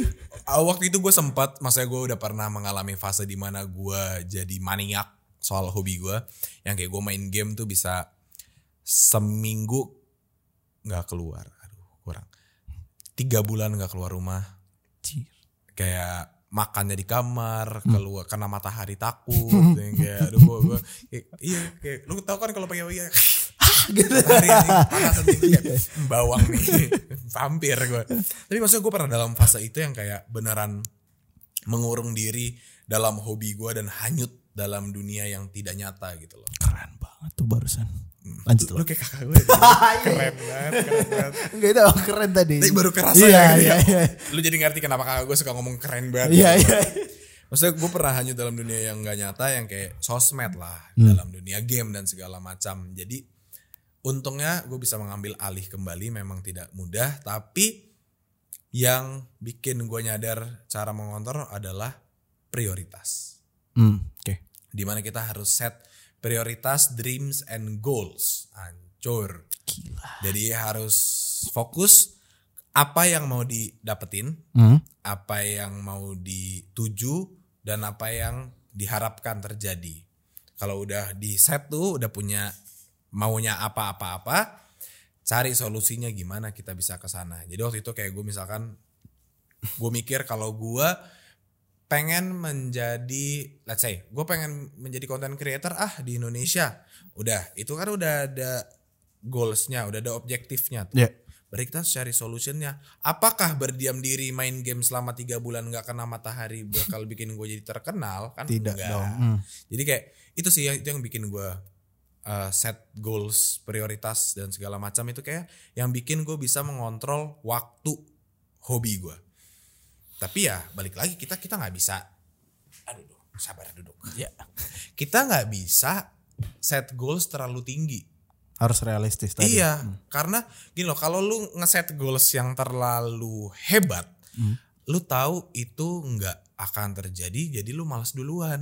S1: uh, waktu itu gue sempat, maksudnya gue udah pernah mengalami fase di mana gue jadi maniak soal hobi gue, yang kayak gue main game tuh bisa seminggu nggak keluar, aduh kurang, tiga bulan nggak keluar rumah,
S3: Anjir.
S1: kayak makannya di kamar keluar kena matahari takut yang kayak aduh gua, gua kayak, iya kayak lu tau kan kalau pakai iya gitu hari panas anjing, tuh kayak bawang nih vampir gue tapi maksudnya gue pernah dalam fase itu yang kayak beneran mengurung diri dalam hobi gue dan hanyut dalam dunia yang tidak nyata gitu loh
S3: Keren banget tuh barusan. Lanjut
S1: lu
S3: lo.
S1: kayak kakak gue keren banget keren banget
S3: Enggak itu emang keren tadi.
S1: tapi Iya. baru kerasa
S3: Iya,
S1: ya, gitu
S3: iya,
S1: ya.
S3: iya.
S1: lu jadi ngerti kenapa kakak gue suka ngomong keren banget
S3: Iya, iya.
S1: Maksudnya gue pernah hanyut dalam dunia yang gak nyata yang kayak sosmed lah dalam dunia game dan segala macam. Jadi untungnya gue bisa mengambil alih kembali memang tidak mudah tapi yang bikin gue nyadar cara mengontrol adalah prioritas.
S3: Hmm, oke.
S1: Dimana kita harus set prioritas, dreams, and goals. Hancur.
S3: Gila.
S1: Jadi harus fokus apa yang mau didapetin
S3: Hmm.
S1: apa yang mau dituju dan apa yang diharapkan terjadi. Kalau udah di set tuh udah punya maunya apa-apa-apa, cari solusinya gimana kita bisa ke sana. Jadi waktu itu kayak gue misalkan gue mikir kalau gue pengen menjadi let's say gue pengen menjadi content creator ah di Indonesia udah itu kan udah ada goalsnya udah ada objektifnya tuh.
S3: Ya.
S1: Berarti kita harus cari solutionnya. Apakah berdiam diri main game selama tiga bulan nggak kena matahari bakal bikin gue jadi terkenal? Kan
S3: Tidak
S1: enggak.
S3: dong. Hmm.
S1: Jadi kayak itu sih yang- itu yang bikin gue uh, set goals, prioritas dan segala macam itu kayak yang bikin gue bisa mengontrol waktu hobi gue. Tapi ya balik lagi kita kita nggak bisa. Aduh, duh, sabar duduk.
S3: Ya.
S1: Kita nggak bisa set goals terlalu tinggi.
S3: harus realistis tadi.
S1: Iya, karena gini loh, kalau lu ngeset goals yang terlalu hebat, lu tahu itu nggak akan terjadi, jadi lu malas duluan.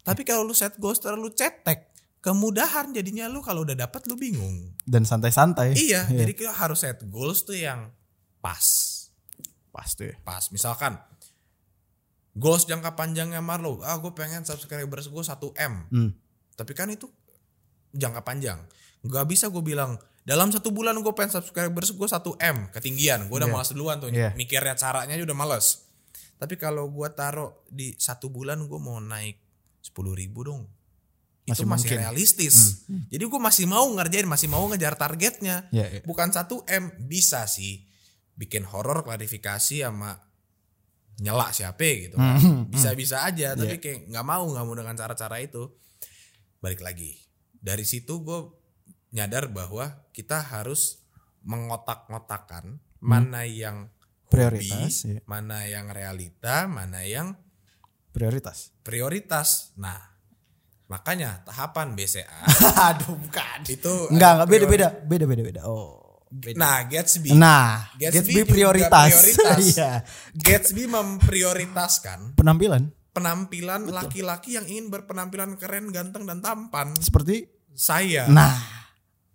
S1: Tapi kalau lu set goals terlalu cetek, kemudahan jadinya lu kalau udah dapat lu bingung.
S3: Dan santai-santai.
S1: Iya, jadi kita harus set goals tuh yang pas.
S3: Pasti.
S1: Pas, misalkan goals jangka panjangnya Marlo, ah gue pengen subscribers gue 1 M.
S3: Hmm.
S1: Tapi kan itu jangka panjang. Gak bisa gue bilang dalam satu bulan gue pengen subscribers gue 1 m ketinggian. Gue udah
S3: Iya.
S1: malas duluan tuh
S3: Iya.
S1: mikirnya caranya aja udah males. Tapi kalau gue taruh di satu bulan gue mau naik 10.000 ribu dong. itu masih
S3: Masih mungkin. Hmm.
S1: realistis. Jadi gue masih mau ngerjain, masih mau ngejar targetnya.
S3: Iya, iya.
S1: Bukan 1 m bisa sih bikin horor klarifikasi sama nyela siapa gitu kan.
S3: Hmm,
S1: bisa-bisa aja tapi kayak nggak mau nggak mau dengan cara-cara itu balik lagi dari situ gue nyadar bahwa kita harus mengotak-ngotakan mana yang
S3: Hmm. Prioritas,
S1: hobi,
S3: iya.
S1: mana yang realita mana yang
S3: Prioritas.
S1: prioritas nah makanya tahapan BCA
S3: Aduh, bukan.
S1: itu
S3: Enggak,
S1: ada
S3: enggak beda
S1: priori-
S3: beda beda beda beda. Oh. Beda.
S1: nah Gatsby
S3: Nah,
S1: Gatsby
S3: Gatsby
S1: juga
S3: prioritas.
S1: prioritas.
S3: Iya.
S1: Gatsby memprioritaskan
S3: Penampilan
S1: penampilan laki-laki yang ingin berpenampilan keren ganteng dan tampan
S3: seperti
S1: saya
S3: nah,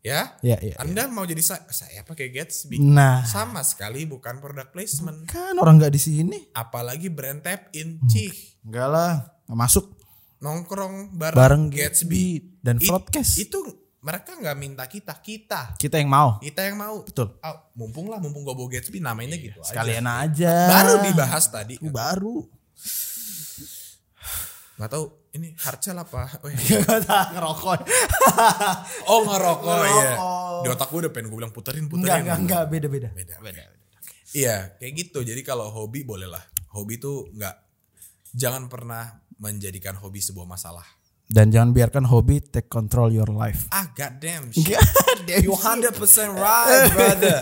S1: ya
S3: ya ya.
S1: Anda mau jadi saya, saya pakai Gatsby.
S3: Nah,
S1: Sama sekali bukan product placement.
S3: kan orang enggak di sini.
S1: Apalagi brand tap in
S3: Hmm.
S1: cih.
S3: Enggak lah, nggak masuk
S1: Nongkrong bareng,
S3: bareng
S1: Gatsby.
S3: Gatsby dan
S1: It-
S3: broadcast.
S1: Itu mereka nggak minta kita, kita.
S3: Kita yang mau.
S1: Kita yang mau.
S3: Betul.
S1: Ah, mumpung lah, mumpung gue bawa Gatsby namanya gitu aja.
S3: Sekalian aja.
S1: Baru dibahas tadi.
S3: Itu baru.
S1: Gak tahu ini harcel apa. Oh, iya.
S3: Gak tahu, ngerokok.
S1: oh ngerokok ya.
S3: Ngerokok.
S1: Di otak gue udah pengen gue bilang puterin, puterin.
S3: Enggak, enggak, enggak, beda-beda.
S1: beda beda iya kayak gitu jadi kalau hobi bolehlah hobi tuh nggak jangan pernah menjadikan hobi sebuah masalah
S3: Dan jangan biarkan hobi take control your life.
S1: ah god damn shit.
S3: God damn
S1: you 100% right brother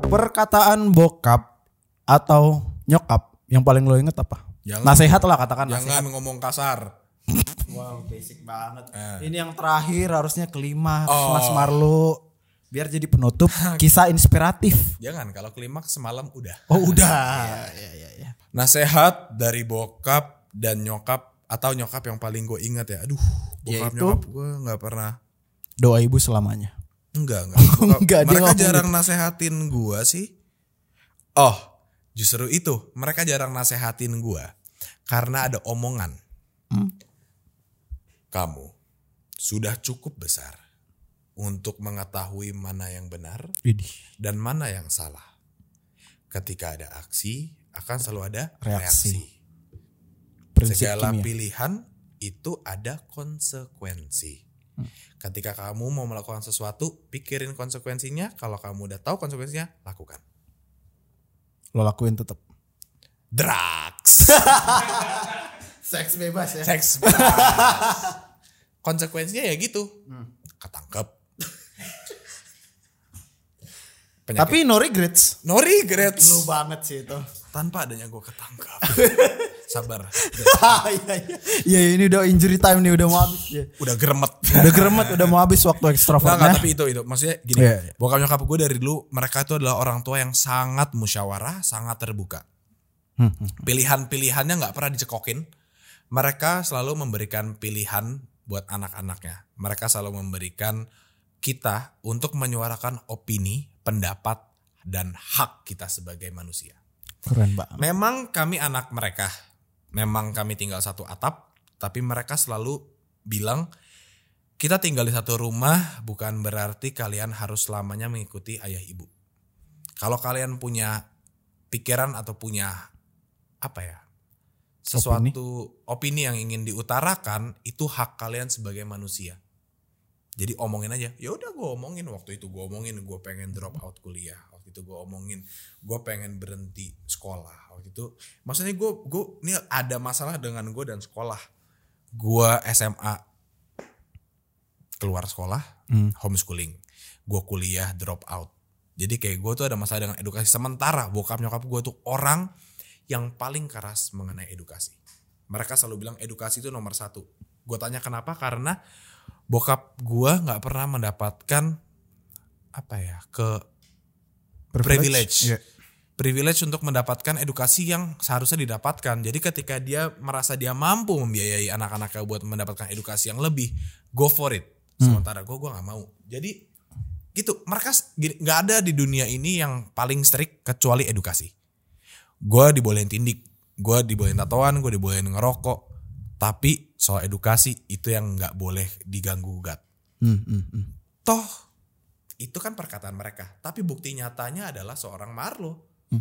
S3: Perkataan bokap atau nyokap yang paling lo inget apa?
S1: Jangan.
S3: Nasehat lah katakan
S1: jangan ngomong kasar
S3: Wow, basic banget. Ini yang terakhir harusnya kelima
S1: Eh. Oh.
S3: Mas Marlo biar jadi penutup kisah inspiratif.
S1: jangan kalau klimaks semalam udah
S3: Oh, udah.
S1: Iya,
S3: Ya, ya, ya.
S1: nasehat dari bokap dan nyokap atau nyokap yang paling gue ingat ya aduh bokap
S3: Yaitu?
S1: nyokap gue nggak pernah
S3: Doa ibu selamanya.
S1: Enggak, enggak. Bokap-
S3: Enggak, dia
S1: mereka
S3: ngomong gitu.
S1: jarang nasehatin gua sih. Oh, justru itu. Mereka jarang nasehatin gua karena ada omongan.
S3: Hmm.
S1: Kamu sudah cukup besar untuk mengetahui mana yang benar
S3: Idih.
S1: dan mana yang salah. Ketika ada aksi, akan selalu ada
S3: Reaksi.
S1: reaksi.
S3: Prinsip
S1: Segala
S3: kimia.
S1: pilihan itu ada konsekuensi. Ketika kamu mau melakukan sesuatu, pikirin konsekuensinya. Kalau kamu udah tahu konsekuensinya, lakukan.
S3: Lo lakuin tetap.
S1: Drugs.
S3: Seks bebas ya.
S1: Seks. konsekuensinya ya gitu. Ketangkep. Penyakit.
S3: Tapi no regrets.
S1: no regrets.
S3: banget sih itu.
S1: Tanpa adanya gue ketangkep. Sabar.
S3: Iya, iya. Iya, ini udah injury time nih, udah mau habis. Ya.
S1: Udah geremet.
S3: Udah geremet, udah mau habis waktu
S1: Enggak, enggak,
S3: ekstrovertnya.
S1: tapi itu itu maksudnya gini.
S3: Nah. Iya, iya.
S1: Bokap nyokap gue dari dulu mereka itu adalah orang tua yang sangat musyawarah, sangat terbuka.
S3: Hmm,
S1: Pilihan-pilihannya nggak pernah dicekokin. Mereka selalu memberikan pilihan buat anak-anaknya. Mereka selalu memberikan kita untuk menyuarakan opini, pendapat dan hak kita sebagai manusia.
S3: Keren banget.
S1: Memang kami anak mereka. Memang kami tinggal satu atap, tapi mereka selalu bilang kita tinggal di satu rumah bukan berarti kalian harus selamanya mengikuti ayah ibu. Kalau kalian punya pikiran atau punya apa ya? sesuatu opini. yang ingin diutarakan itu hak kalian sebagai manusia. Jadi omongin aja. Ya udah gue omongin waktu itu gue omongin gue pengen drop out kuliah. Waktu itu gue omongin gue pengen berhenti sekolah. Waktu itu maksudnya gue gue ini ada masalah dengan gue dan sekolah. Gue SMA keluar sekolah
S3: Hmm,
S1: Hmm, homeschooling. Gue kuliah drop out. Jadi kayak gue tuh ada masalah dengan edukasi sementara. Bokap nyokap gue tuh orang yang paling keras mengenai edukasi. Mereka selalu bilang edukasi itu nomor satu. Gue tanya kenapa karena bokap gue nggak pernah mendapatkan apa ya ke Privilege.
S3: Iya.
S1: privilege untuk mendapatkan edukasi yang seharusnya didapatkan. Jadi ketika dia merasa dia mampu membiayai anak-anaknya buat mendapatkan edukasi yang lebih, go for it. Sementara gue gue nggak mau. Jadi gitu mereka s- gini, nggak ada di dunia ini yang paling strict kecuali edukasi. Gue dibolehin tindik, gue dibolehin tatoan, gue dibolehin ngerokok. Tapi soal edukasi itu yang nggak boleh diganggu gugat.
S3: Hmm, hmm, hmm.
S1: Toh itu kan perkataan mereka, tapi bukti nyatanya adalah seorang Marlo.
S3: Hmm.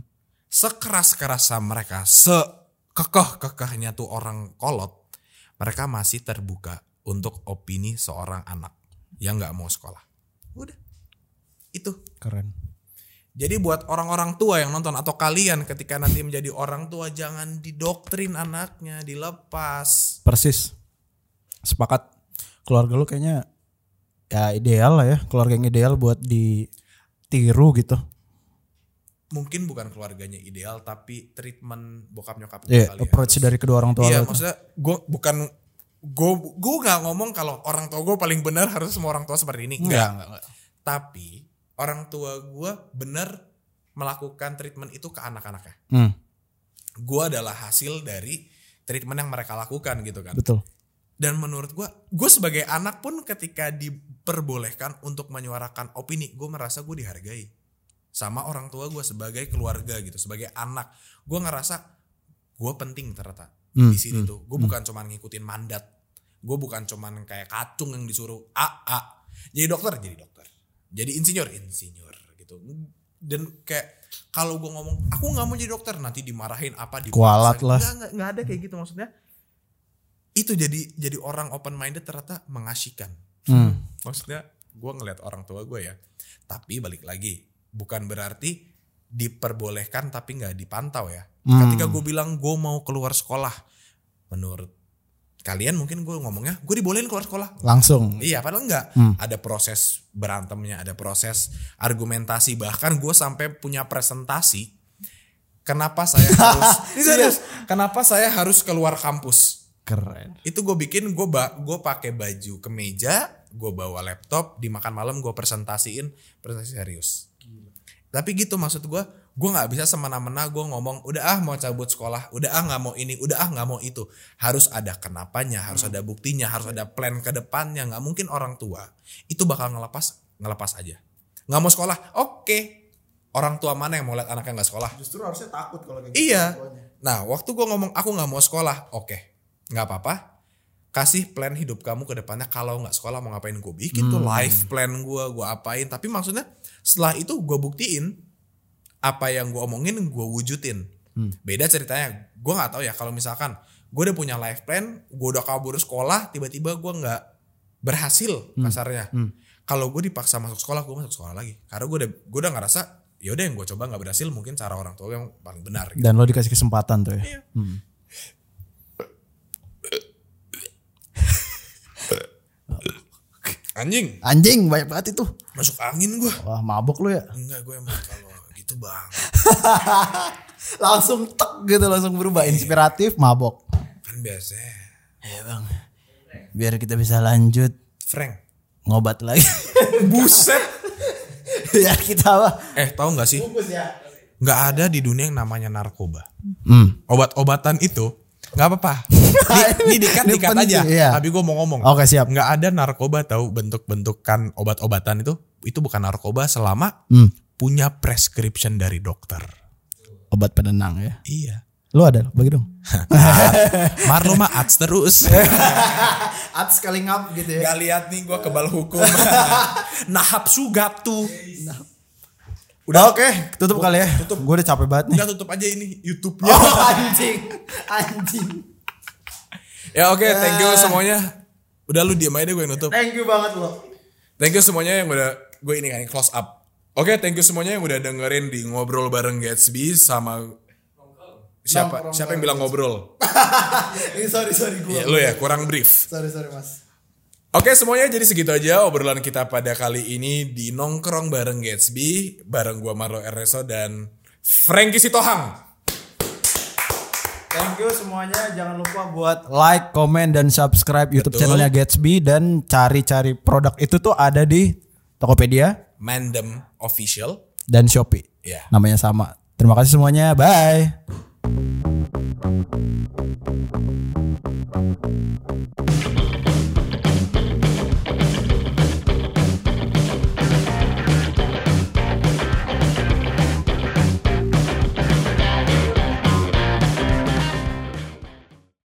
S1: Sekeras-kerasnya mereka, sekekeh-kekehnya tuh orang kolot, mereka masih terbuka untuk opini seorang anak yang nggak mau sekolah. Udah. Itu.
S3: Keren.
S1: Jadi buat orang-orang tua yang nonton atau kalian ketika nanti menjadi orang tua jangan didoktrin anaknya, dilepas.
S3: Persis. Sepakat. Keluarga lu kayaknya ya ideal lah ya, keluarga yang ideal buat ditiru gitu.
S1: Mungkin bukan keluarganya ideal tapi treatment bokap nyokap gue
S3: Iya,
S1: kali ya.
S3: approach
S1: Terus-
S3: dari kedua orang tua
S1: Iya
S3: lu.
S1: maksudnya gue bukan gue gue nggak ngomong kalau orang tua gue paling benar harus semua orang tua seperti ini enggak, tapi orang tua gue benar melakukan treatment itu ke anak-anaknya
S3: Hmm,
S1: gue adalah hasil dari treatment yang mereka lakukan gitu kan
S3: betul.
S1: dan menurut gue gue sebagai anak pun ketika diperbolehkan untuk menyuarakan opini gue merasa gue dihargai sama orang tua gue sebagai keluarga gitu sebagai anak gue ngerasa gue penting ternyata
S3: Hmm,
S1: di sini tuh gue bukan cuman ngikutin mandat gue bukan cuman kayak kacung yang disuruh a a jadi dokter jadi dokter jadi insinyur insinyur gitu dan kayak kalau gue ngomong aku nggak mau jadi dokter nanti dimarahin apa di
S3: Kualat lah.
S1: nggak nggak ada kayak gitu maksudnya itu jadi jadi orang open minded ternyata mengasyikan
S3: Hmm.
S1: maksudnya gue ngeliat orang tua gue ya tapi balik lagi bukan berarti diperbolehkan tapi nggak dipantau ya ketika
S3: Hmm.
S1: gue bilang gue mau keluar sekolah menurut kalian mungkin gue ngomongnya gue dibolehin keluar sekolah
S3: Langsung.
S1: Iya padahal enggak
S3: Hmm.
S1: Ada proses berantemnya Ada proses argumentasi Bahkan gue sampai punya presentasi Kenapa saya harus Ini serius Kenapa saya harus keluar kampus
S3: Keren.
S1: Itu gue bikin Gue ba- gue pakai baju kemeja Gue bawa laptop Di makan malam gue presentasiin Presentasi serius Tapi gitu maksud gue Gue gak bisa semena-mena gue ngomong Udah ah mau cabut sekolah Udah ah gak mau ini Udah ah gak mau itu Harus ada kenapanya Harus ada buktinya Harus ada plan ke depannya Gak mungkin orang tua Itu bakal ngelepas Ngelepas aja Gak mau sekolah Oke Orang tua mana yang mau lihat anaknya gak sekolah
S4: Justru harusnya takut kalau kayak gitu.
S1: Iya.
S4: semuanya.
S1: Nah, waktu gue ngomong aku nggak mau sekolah, oke, nggak apa-apa. Kasih plan hidup kamu ke depannya kalau nggak sekolah mau ngapain gue bikin tuh
S4: Hmm.
S1: life plan gue, gue apain. Tapi maksudnya setelah itu gue buktiin apa yang gue omongin gue wujudin.
S4: Hmm.
S1: Beda ceritanya, gue nggak tahu ya kalau misalkan gue udah punya life plan, gue udah kabur sekolah, tiba-tiba gue nggak berhasil
S4: Hmm.
S1: kasarnya. Kalau gue dipaksa masuk sekolah, gue masuk sekolah lagi. Karena gue udah gue udah ngerasa ya udah yang gue coba nggak berhasil mungkin cara orang tua yang paling benar. gitu.
S3: Dan lo dikasih kesempatan tuh ya.
S1: Iya.
S3: Hmm.
S1: Anjing.
S3: Anjing banyak banget itu.
S1: masuk angin gue
S3: Wah mabok lu ya.
S1: enggak gue emang kalau gitu bang
S3: langsung tek gitu langsung berubah inspiratif mabok.
S1: kan biasanya
S3: Ya bang. Biar kita bisa lanjut
S1: Frank
S3: ngobat lagi.
S1: buset
S3: ya kita apa?
S1: eh tahu nggak sih
S3: ya.
S1: nggak ada di dunia yang namanya narkoba
S3: Hmm.
S1: obat-obatan itu nggak apa-apa ini dikat
S3: Ini
S1: dikat
S3: penting,
S1: aja
S3: iya.
S1: tapi gue mau ngomong
S3: Oke, siap.
S1: nggak ada narkoba tahu bentuk-bentukan obat-obatan itu itu bukan narkoba selama
S3: Hmm.
S1: punya prescription dari dokter
S3: Obat penenang ya.
S1: iya
S3: Lu ada lo bagi dong.
S1: Marlo mah ads terus
S3: At sekali ngap gitu
S1: Gak lihat nih gue kebal hukum. Nahap sugap tuh.
S3: Udah oke, tutup kali ya.
S1: Tutup.
S3: Gue udah capek banget nih.
S1: Udah tutup aja ini YouTube-nya.
S3: Oh anjing. Anjing.
S1: Ya oke, thank you semuanya. Udah lu diam aja deh gue yang nutup.
S4: Thank you banget lo.
S1: Thank you semuanya yang udah gue ini kan close up. Oke, thank you semuanya yang udah dengerin di ngobrol bareng Gatsby sama siapa siapa yang bilang ngobrol?
S4: Ini sorry sorry gue.
S1: Ya, lu ya kurang brief.
S4: Sorry sorry mas.
S1: Oke semuanya jadi segitu aja obrolan kita pada kali ini di nongkrong bareng Gatsby, bareng gua Marlo Ernesto dan Frankie Sitohang.
S3: Thank you semuanya. Jangan lupa buat like, comment, dan subscribe YouTube channelnya Gatsby dan cari-cari produk itu tuh ada di Tokopedia
S1: Mandem official.
S3: dan Shopee.
S1: Iya.
S3: Namanya sama. Terima kasih semuanya. Bye.